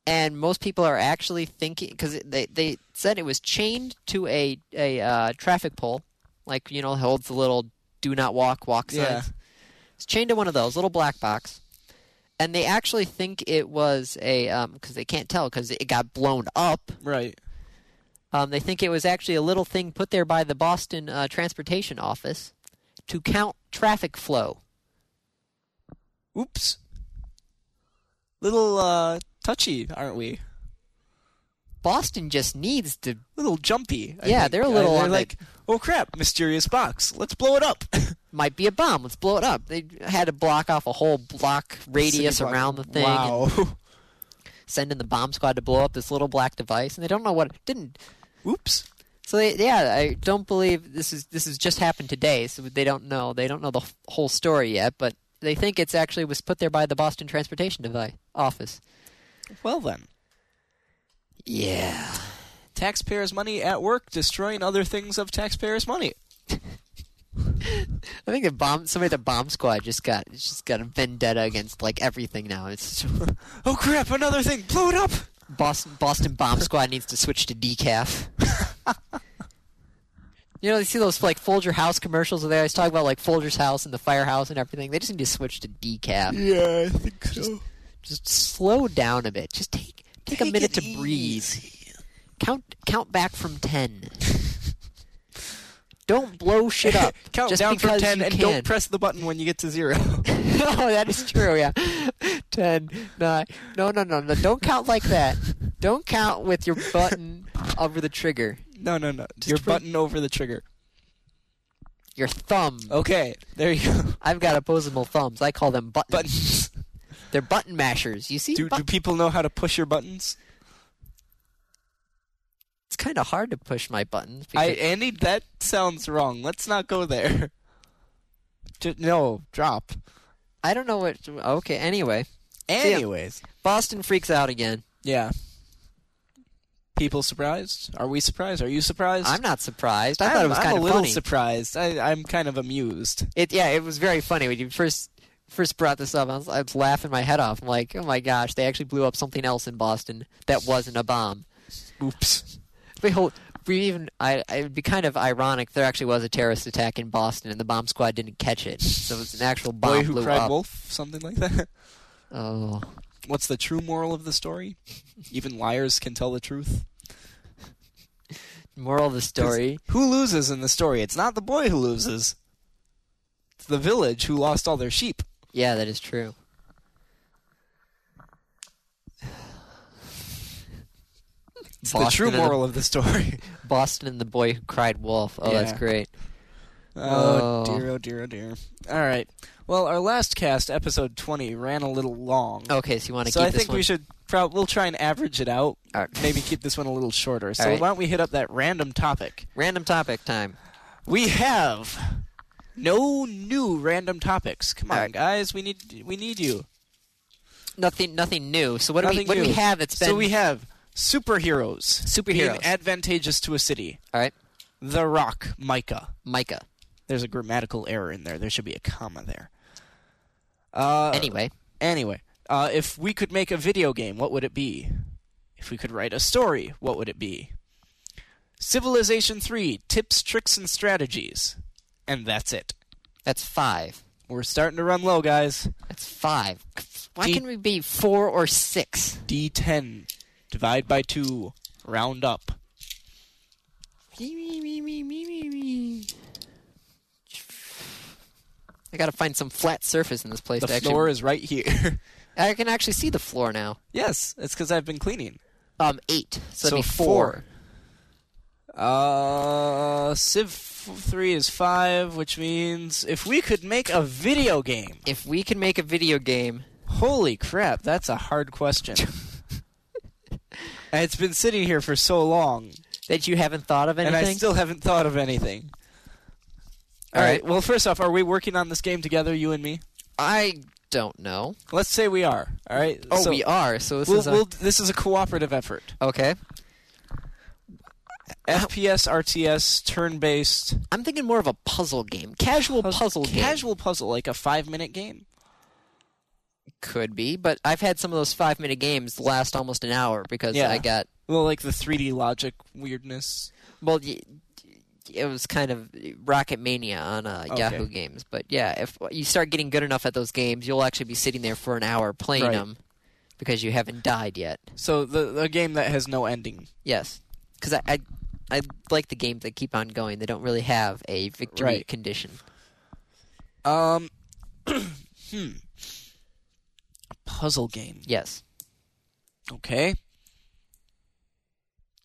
[SPEAKER 1] And most people are actually thinking because they they said it was chained to a a uh, traffic pole, like you know holds the little "do not walk" walk signs.
[SPEAKER 2] Yeah.
[SPEAKER 1] It's chained to one of those little black box, and they actually think it was a because they can't tell because it got blown up.
[SPEAKER 2] Right.
[SPEAKER 1] Um, they think it was actually a little thing put there by the Boston uh, Transportation Office to count traffic flow.
[SPEAKER 2] Oops. Little uh touchy, aren't we?
[SPEAKER 1] Boston just needs to
[SPEAKER 2] Little jumpy. I
[SPEAKER 1] Yeah,
[SPEAKER 2] think.
[SPEAKER 1] they're a little
[SPEAKER 2] Uh,
[SPEAKER 1] on the-
[SPEAKER 2] like, oh crap, mysterious box. Let's blow it up.
[SPEAKER 1] might be a bomb. Let's blow it up. They had to block off a whole block radius
[SPEAKER 2] City block.
[SPEAKER 1] around the thing, and
[SPEAKER 2] Wow.
[SPEAKER 1] send in the bomb squad to blow up this little black device, and they don't know what it didn't.
[SPEAKER 2] Oops.
[SPEAKER 1] So they, yeah, I don't believe this is this has just happened today. So they don't know they don't know the wh- whole story yet, but they think it's actually was put there by the Boston Transportation Device Office.
[SPEAKER 2] Well then,
[SPEAKER 1] Yeah.
[SPEAKER 2] taxpayers' money at work destroying other things of taxpayers' money.
[SPEAKER 1] I think the bomb somebody at the bomb squad just got it's just got a vendetta against like everything now. It's
[SPEAKER 2] Oh crap, another thing. Blow it up.
[SPEAKER 1] Boston Boston Bomb Squad needs to switch to decaf. you know, you see those like Folger House commercials where they always talk about like Folger's House and the firehouse and everything. They just need to switch to decaf.
[SPEAKER 2] Yeah, I think so.
[SPEAKER 1] Uh, Just slow down a bit. Just take take, a minute to breathe. Count count back from ten. don't blow shit up.
[SPEAKER 2] Count
[SPEAKER 1] just
[SPEAKER 2] down from
[SPEAKER 1] because
[SPEAKER 2] ten
[SPEAKER 1] you
[SPEAKER 2] and
[SPEAKER 1] can.
[SPEAKER 2] don't press the button when you get to zero.
[SPEAKER 1] oh, that is true. Yeah, ten, nine. No, no, no, no. Don't count like that. Don't count with your button over the trigger.
[SPEAKER 2] no, no, no. Just
[SPEAKER 1] Your
[SPEAKER 2] Your button over the trigger.
[SPEAKER 1] Your thumb.
[SPEAKER 2] Okay, there you go.
[SPEAKER 1] I've got opposable thumbs. I call them buttons.
[SPEAKER 2] Buttons.
[SPEAKER 1] They're button mashers. You see,
[SPEAKER 2] Do,
[SPEAKER 1] But-
[SPEAKER 2] do people know how to push your buttons?
[SPEAKER 1] it's kind of hard to push my buttons.
[SPEAKER 2] I
[SPEAKER 1] because-
[SPEAKER 2] Andy, that sounds wrong. Let's not go there. Ju- no, drop.
[SPEAKER 1] I don't know what. Okay, anyway,
[SPEAKER 2] Anyways,
[SPEAKER 1] Boston freaks out again.
[SPEAKER 2] yeah. People surprised? Are we surprised? Are you surprised?
[SPEAKER 1] I'm not surprised. I thought it was
[SPEAKER 2] I'm
[SPEAKER 1] kind
[SPEAKER 2] a
[SPEAKER 1] of
[SPEAKER 2] little
[SPEAKER 1] funny.
[SPEAKER 2] surprised. I, I'm kind of amused.
[SPEAKER 1] it yeah, it was very funny when you first first brought this up. I was, I was laughing my head off. I'm like, oh my gosh, they actually blew up something else in Boston that wasn't a bomb.
[SPEAKER 2] Oops.
[SPEAKER 1] Wait, hold. We even I it would be kind of ironic. if There actually was a terrorist attack in Boston, and the bomb squad didn't catch it. So it was an actual bomb
[SPEAKER 2] Boy who
[SPEAKER 1] blew
[SPEAKER 2] cried
[SPEAKER 1] up.
[SPEAKER 2] wolf, something like that.
[SPEAKER 1] Oh.
[SPEAKER 2] What's the true moral of the story? Even liars can tell the truth.
[SPEAKER 1] Moral of the story.
[SPEAKER 2] Who loses in the story? It's not the boy who loses. It's the village who lost all their sheep.
[SPEAKER 1] Yeah, that is true.
[SPEAKER 2] It's the
[SPEAKER 1] Boston
[SPEAKER 2] true
[SPEAKER 1] and the-
[SPEAKER 2] moral of the story.
[SPEAKER 1] Boston and the boy who cried wolf. Oh,
[SPEAKER 2] Yeah.
[SPEAKER 1] that's great.
[SPEAKER 2] Oh,
[SPEAKER 1] Oh.
[SPEAKER 2] dear, oh dear, oh dear. All right. Well, our last cast, episode 20, ran a little long.
[SPEAKER 1] Okay, so you want to
[SPEAKER 2] so
[SPEAKER 1] Oh, keep
[SPEAKER 2] I
[SPEAKER 1] this
[SPEAKER 2] think
[SPEAKER 1] one?
[SPEAKER 2] we should prob- we'll try and average it out.
[SPEAKER 1] All right.
[SPEAKER 2] Maybe keep this one a little shorter. So
[SPEAKER 1] right.
[SPEAKER 2] why don't we hit up that random topic?
[SPEAKER 1] Random topic time.
[SPEAKER 2] We have no new random topics. Come on,
[SPEAKER 1] All right.
[SPEAKER 2] guys, we need we need you.
[SPEAKER 1] Nothing, nothing new. So what do we
[SPEAKER 2] Nothing
[SPEAKER 1] what do
[SPEAKER 2] new.
[SPEAKER 1] we have that's been
[SPEAKER 2] So we have superheroes.
[SPEAKER 1] Superheroes.
[SPEAKER 2] Being advantageous to a city.
[SPEAKER 1] all right?
[SPEAKER 2] The Rock, Micah.
[SPEAKER 1] Micah.
[SPEAKER 2] There's a grammatical error in there. There should be a comma there. Uh,
[SPEAKER 1] Anyway,
[SPEAKER 2] anyway, uh, if we could make a video game, what would it be? If we could write a story, what would it be? Civilization 3 tips, tricks, and strategies. And that's it.
[SPEAKER 1] that's five.
[SPEAKER 2] We're starting to run low, guys.
[SPEAKER 1] That's five. Why
[SPEAKER 2] Do-
[SPEAKER 1] can we be four or six?
[SPEAKER 2] D10. Divide by 2. Round up.
[SPEAKER 1] I gotta find some flat surface in this place
[SPEAKER 2] The
[SPEAKER 1] to actually.
[SPEAKER 2] floor is right here.
[SPEAKER 1] I can actually see the floor now.
[SPEAKER 2] yes, it's because I've been cleaning.
[SPEAKER 1] Um, eight. So,
[SPEAKER 2] So
[SPEAKER 1] that'd be
[SPEAKER 2] four. Uh, Civ 3 is 5, which means if we could make a video game.
[SPEAKER 1] If we can make a video game,
[SPEAKER 2] Holy crap, that's a hard question. And it's been sitting here for so long,
[SPEAKER 1] that you haven't thought of anything.
[SPEAKER 2] and I still haven't thought of anything.
[SPEAKER 1] All
[SPEAKER 2] All
[SPEAKER 1] right.
[SPEAKER 2] right. Well, first off, are we working on this game together, you and me?
[SPEAKER 1] I don't know.
[SPEAKER 2] Let's say we are. All right.
[SPEAKER 1] Oh,
[SPEAKER 2] So
[SPEAKER 1] we are. So this
[SPEAKER 2] we'll-
[SPEAKER 1] is a,
[SPEAKER 2] we'll- this is a cooperative effort.
[SPEAKER 1] okay. Oh.
[SPEAKER 2] FPS, RTS, turn-based,
[SPEAKER 1] I'm thinking more of a puzzle game, casual puzzle, game.
[SPEAKER 2] casual puzzle, like a five-minute game.
[SPEAKER 1] Could be, but I've had some of those five minute games last almost an hour because
[SPEAKER 2] Yeah.
[SPEAKER 1] I got
[SPEAKER 2] Well, like the 3D logic weirdness.
[SPEAKER 1] well. Y- it was kind of Rocket Mania on uh,
[SPEAKER 2] Okay.
[SPEAKER 1] Yahoo Games, but yeah, if you start getting good enough at those games, you'll actually be sitting there for an hour playing
[SPEAKER 2] Right.
[SPEAKER 1] them because you haven't died yet.
[SPEAKER 2] So the a game that has no ending.
[SPEAKER 1] Yes, because I, I I like the games that keep on going. They don't really have a victory
[SPEAKER 2] Right.
[SPEAKER 1] condition.
[SPEAKER 2] Um, hmm. Puzzle game.
[SPEAKER 1] Yes.
[SPEAKER 2] Okay.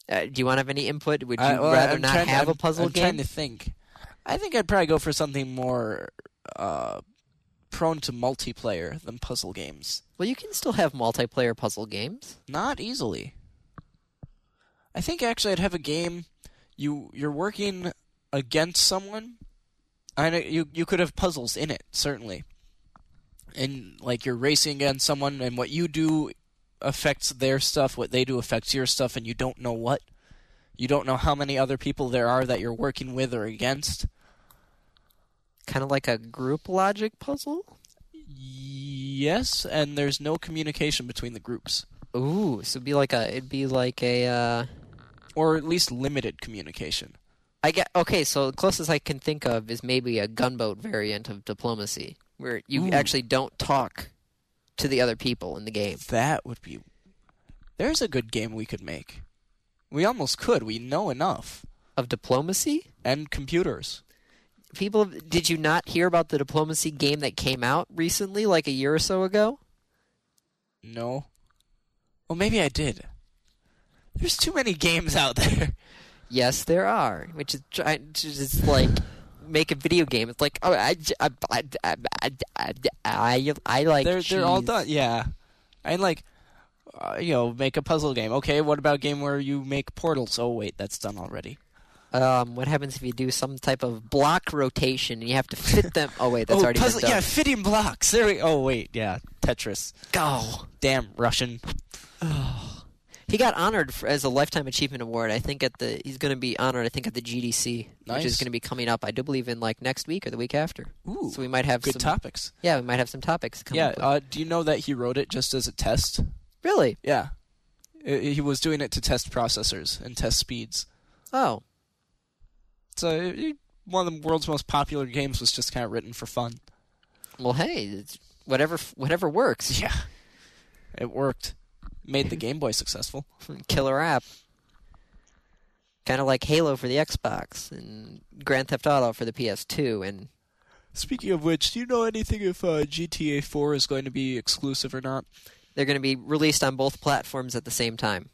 [SPEAKER 1] Uh, do you want to have any input? Would you
[SPEAKER 2] I- well,
[SPEAKER 1] rather
[SPEAKER 2] I'm
[SPEAKER 1] not
[SPEAKER 2] trying to-
[SPEAKER 1] have a
[SPEAKER 2] I'm-
[SPEAKER 1] puzzle
[SPEAKER 2] I'm
[SPEAKER 1] game?
[SPEAKER 2] trying to think. I think I'd probably go for something more uh, prone to multiplayer than puzzle games.
[SPEAKER 1] Well, you can still have multiplayer puzzle games.
[SPEAKER 2] Not easily. I think actually I'd have a game. You you're working against someone. I know you you could have puzzles in it certainly, and like you're racing against someone, and what you do affects their stuff. What they do affects your stuff, and you don't know what. You don't know how many other people there are that you're working with or against.
[SPEAKER 1] Kind of like a group logic puzzle.
[SPEAKER 2] Yes, and there's no communication between the groups,
[SPEAKER 1] Ooh, so it'd be like a it'd be like a uh
[SPEAKER 2] or at least limited communication.
[SPEAKER 1] I get okay, so the closest I can think of is maybe a gunboat variant of diplomacy where you
[SPEAKER 2] Ooh.
[SPEAKER 1] actually don't talk to the other people in the game.
[SPEAKER 2] That would be. There's a good game we could make. We almost could. We know enough.
[SPEAKER 1] Of diplomacy?
[SPEAKER 2] And computers.
[SPEAKER 1] People did you not hear about the diplomacy game that came out recently like a year or so ago?
[SPEAKER 2] No. Well, maybe I did. There's too many games out there.
[SPEAKER 1] Yes, there are, which is trying to just like make a video game. It's like, oh, I, j- I, I, I, I, I, I, I like
[SPEAKER 2] they're they're all
[SPEAKER 1] cheese.
[SPEAKER 2] done. Yeah. And like, uh, you know, make a puzzle game. Okay, what about a game where you make portals? Oh wait, that's done already.
[SPEAKER 1] Um, what happens if you do some type of block rotation and you have to fit them? Oh wait, that's
[SPEAKER 2] oh,
[SPEAKER 1] already
[SPEAKER 2] puzzle.
[SPEAKER 1] been
[SPEAKER 2] Yeah,
[SPEAKER 1] done.
[SPEAKER 2] fitting blocks. There we. Oh wait, yeah, Tetris.
[SPEAKER 1] Go.
[SPEAKER 2] Damn Russian.
[SPEAKER 1] He got honored for, as a lifetime achievement award. I think at the he's going to be honored. I think at the GDC, which is
[SPEAKER 2] Nice.
[SPEAKER 1] going to be coming up. I do believe in like next week or the week after.
[SPEAKER 2] Ooh,
[SPEAKER 1] so we might have
[SPEAKER 2] good
[SPEAKER 1] some.
[SPEAKER 2] topics.
[SPEAKER 1] yeah, we might have some topics. Coming
[SPEAKER 2] Yeah.
[SPEAKER 1] up.
[SPEAKER 2] Uh, do you know that he wrote it just as a test?
[SPEAKER 1] really?
[SPEAKER 2] Yeah. I- He was doing it to test processors and test speeds.
[SPEAKER 1] Oh,
[SPEAKER 2] So i- one of the world's most popular games was just kind of written for fun.
[SPEAKER 1] well, hey, it's whatever whatever works.
[SPEAKER 2] Yeah. It worked. Made the Game Boy successful.
[SPEAKER 1] killer app. Kind of like Halo for the Xbox and Grand Theft Auto for the PS2 and
[SPEAKER 2] Speaking of which, do you know anything if uh, GTA 4 is going to be exclusive or not?
[SPEAKER 1] they're going to be released on both platforms at the same time.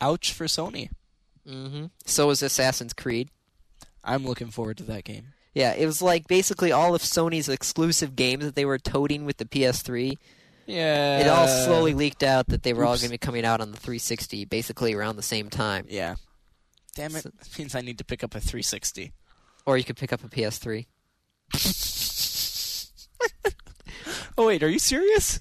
[SPEAKER 2] Ouch for Sony. Mm-hmm.
[SPEAKER 1] hmm So is Assassin's Creed.
[SPEAKER 2] I'm looking forward to that game.
[SPEAKER 1] Yeah, it was like basically all of Sony's exclusive games that they were toting with the PS3.
[SPEAKER 2] Yeah.
[SPEAKER 1] it all slowly leaked out that they were all
[SPEAKER 2] Uh, oops.
[SPEAKER 1] going to be coming out on the 360 basically around the same time.
[SPEAKER 2] Yeah. Damn it. That means I need to pick up a 360.
[SPEAKER 1] Or you could pick up a PS3.
[SPEAKER 2] Oh, wait, are you serious?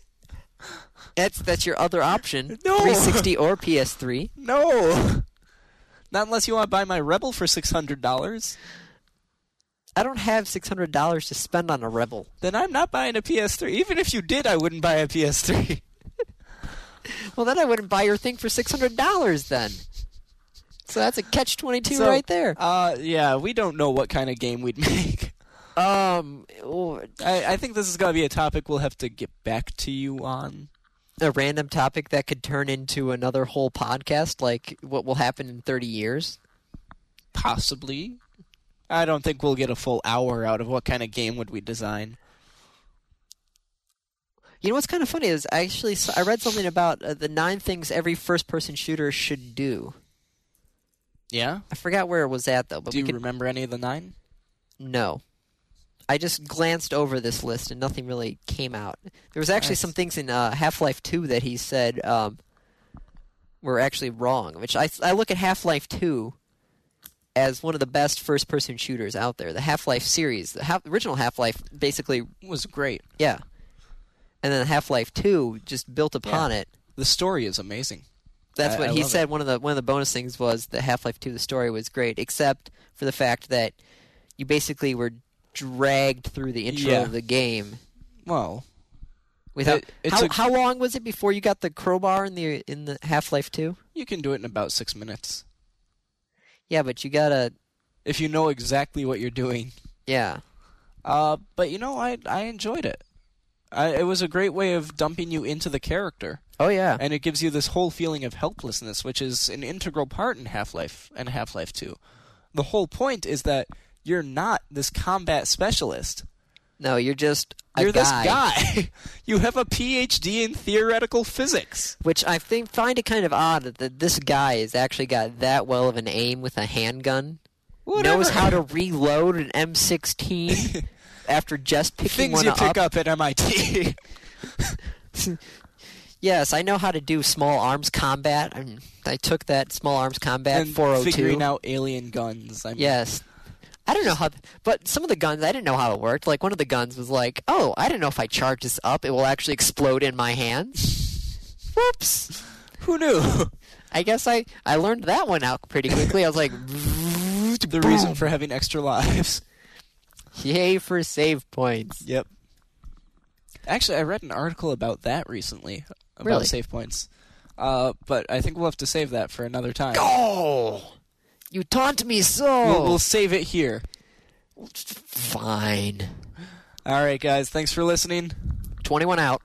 [SPEAKER 1] That's that's your other option.
[SPEAKER 2] No.
[SPEAKER 1] 360 or PS3.
[SPEAKER 2] No. Not unless you want to buy my Rebel for $600.
[SPEAKER 1] I don't have $600 to spend on a Rebel.
[SPEAKER 2] Then I'm not buying a PS3. Even if you did, I wouldn't buy a PS3.
[SPEAKER 1] Well, then I wouldn't buy your thing for six hundred dollars then. So that's a catch twenty two
[SPEAKER 2] So-
[SPEAKER 1] right there.
[SPEAKER 2] Uh, yeah, we don't know what kind of game we'd make.
[SPEAKER 1] Um, or-
[SPEAKER 2] I, I think this is going to be a topic we'll have to get back to you on.
[SPEAKER 1] a random topic that could turn into another whole podcast, like what will happen in thirty years.
[SPEAKER 2] Possibly. I don't think we'll get a full hour out of what kind of game would we design.
[SPEAKER 1] You know what's kind of funny is I actually s- I read something about uh, the nine things every first person shooter should do.
[SPEAKER 2] Yeah?
[SPEAKER 1] I forgot where it was at though, but
[SPEAKER 2] Do
[SPEAKER 1] we
[SPEAKER 2] you
[SPEAKER 1] could
[SPEAKER 2] remember any of the nine?
[SPEAKER 1] no. I just glanced over this list and nothing really came out. There was actually
[SPEAKER 2] Nice.
[SPEAKER 1] some things in uh, Half Life Two that he said um, were actually wrong. Which I I look at Half Life Two as one of the best first person shooters out there. The Half Life series, the ha- original Half Life, basically
[SPEAKER 2] was great.
[SPEAKER 1] yeah, and then Half Life Two just built upon it.
[SPEAKER 2] The story is amazing.
[SPEAKER 1] That's
[SPEAKER 2] I-
[SPEAKER 1] what
[SPEAKER 2] I
[SPEAKER 1] he
[SPEAKER 2] love
[SPEAKER 1] said. One of the one of the bonus things was that Half Life Two, the story was great, except for the fact that you basically were dragged through the intro
[SPEAKER 2] Yeah.
[SPEAKER 1] of the game.
[SPEAKER 2] Well,
[SPEAKER 1] Without
[SPEAKER 2] It- it's
[SPEAKER 1] how
[SPEAKER 2] a-
[SPEAKER 1] how long was it before you got the crowbar in the in the Half Life Two?
[SPEAKER 2] you can do it in about six minutes
[SPEAKER 1] Yeah, but you gotta
[SPEAKER 2] if you know exactly what you're doing.
[SPEAKER 1] yeah
[SPEAKER 2] Uh, but you know, I I enjoyed it. I, it was a great way of dumping you into the character,
[SPEAKER 1] oh yeah
[SPEAKER 2] and it gives you this whole feeling of helplessness, which is an integral part in Half Life and Half Life Two. The whole point is that you're not this combat specialist.
[SPEAKER 1] no you're just a
[SPEAKER 2] You're this
[SPEAKER 1] guy,
[SPEAKER 2] guy. you have a PhD in theoretical physics.
[SPEAKER 1] which I think find it kind of odd that this guy has actually got that well of an aim with a handgun. Knows how to reload an M16 after just picking
[SPEAKER 2] things
[SPEAKER 1] one
[SPEAKER 2] you
[SPEAKER 1] up.
[SPEAKER 2] pick up at MIT.
[SPEAKER 1] Yes, I know how to do small arms combat. I, mean, I took that small arms combat
[SPEAKER 2] and
[SPEAKER 1] 402.
[SPEAKER 2] figuring out alien guns. I mean,
[SPEAKER 1] yes. I don't know how, but some of the guns, I didn't know how it worked. Like, one of the guns was like, oh, I don't know if I charge this up, it will actually explode in my hands. Whoops.
[SPEAKER 2] Who knew?
[SPEAKER 1] I guess I, I learned that one out pretty quickly. I was like,
[SPEAKER 2] the reason for having extra lives.
[SPEAKER 1] yay for save points.
[SPEAKER 2] Yep. Actually, I read an article about that recently about
[SPEAKER 1] Really?
[SPEAKER 2] save points. Uh, but I think we'll have to save that for another time.
[SPEAKER 1] Oh! You taunt me so!
[SPEAKER 2] We'll, we'll save it here.
[SPEAKER 1] Fine.
[SPEAKER 2] All right, guys. Thanks for listening.
[SPEAKER 1] 21 out.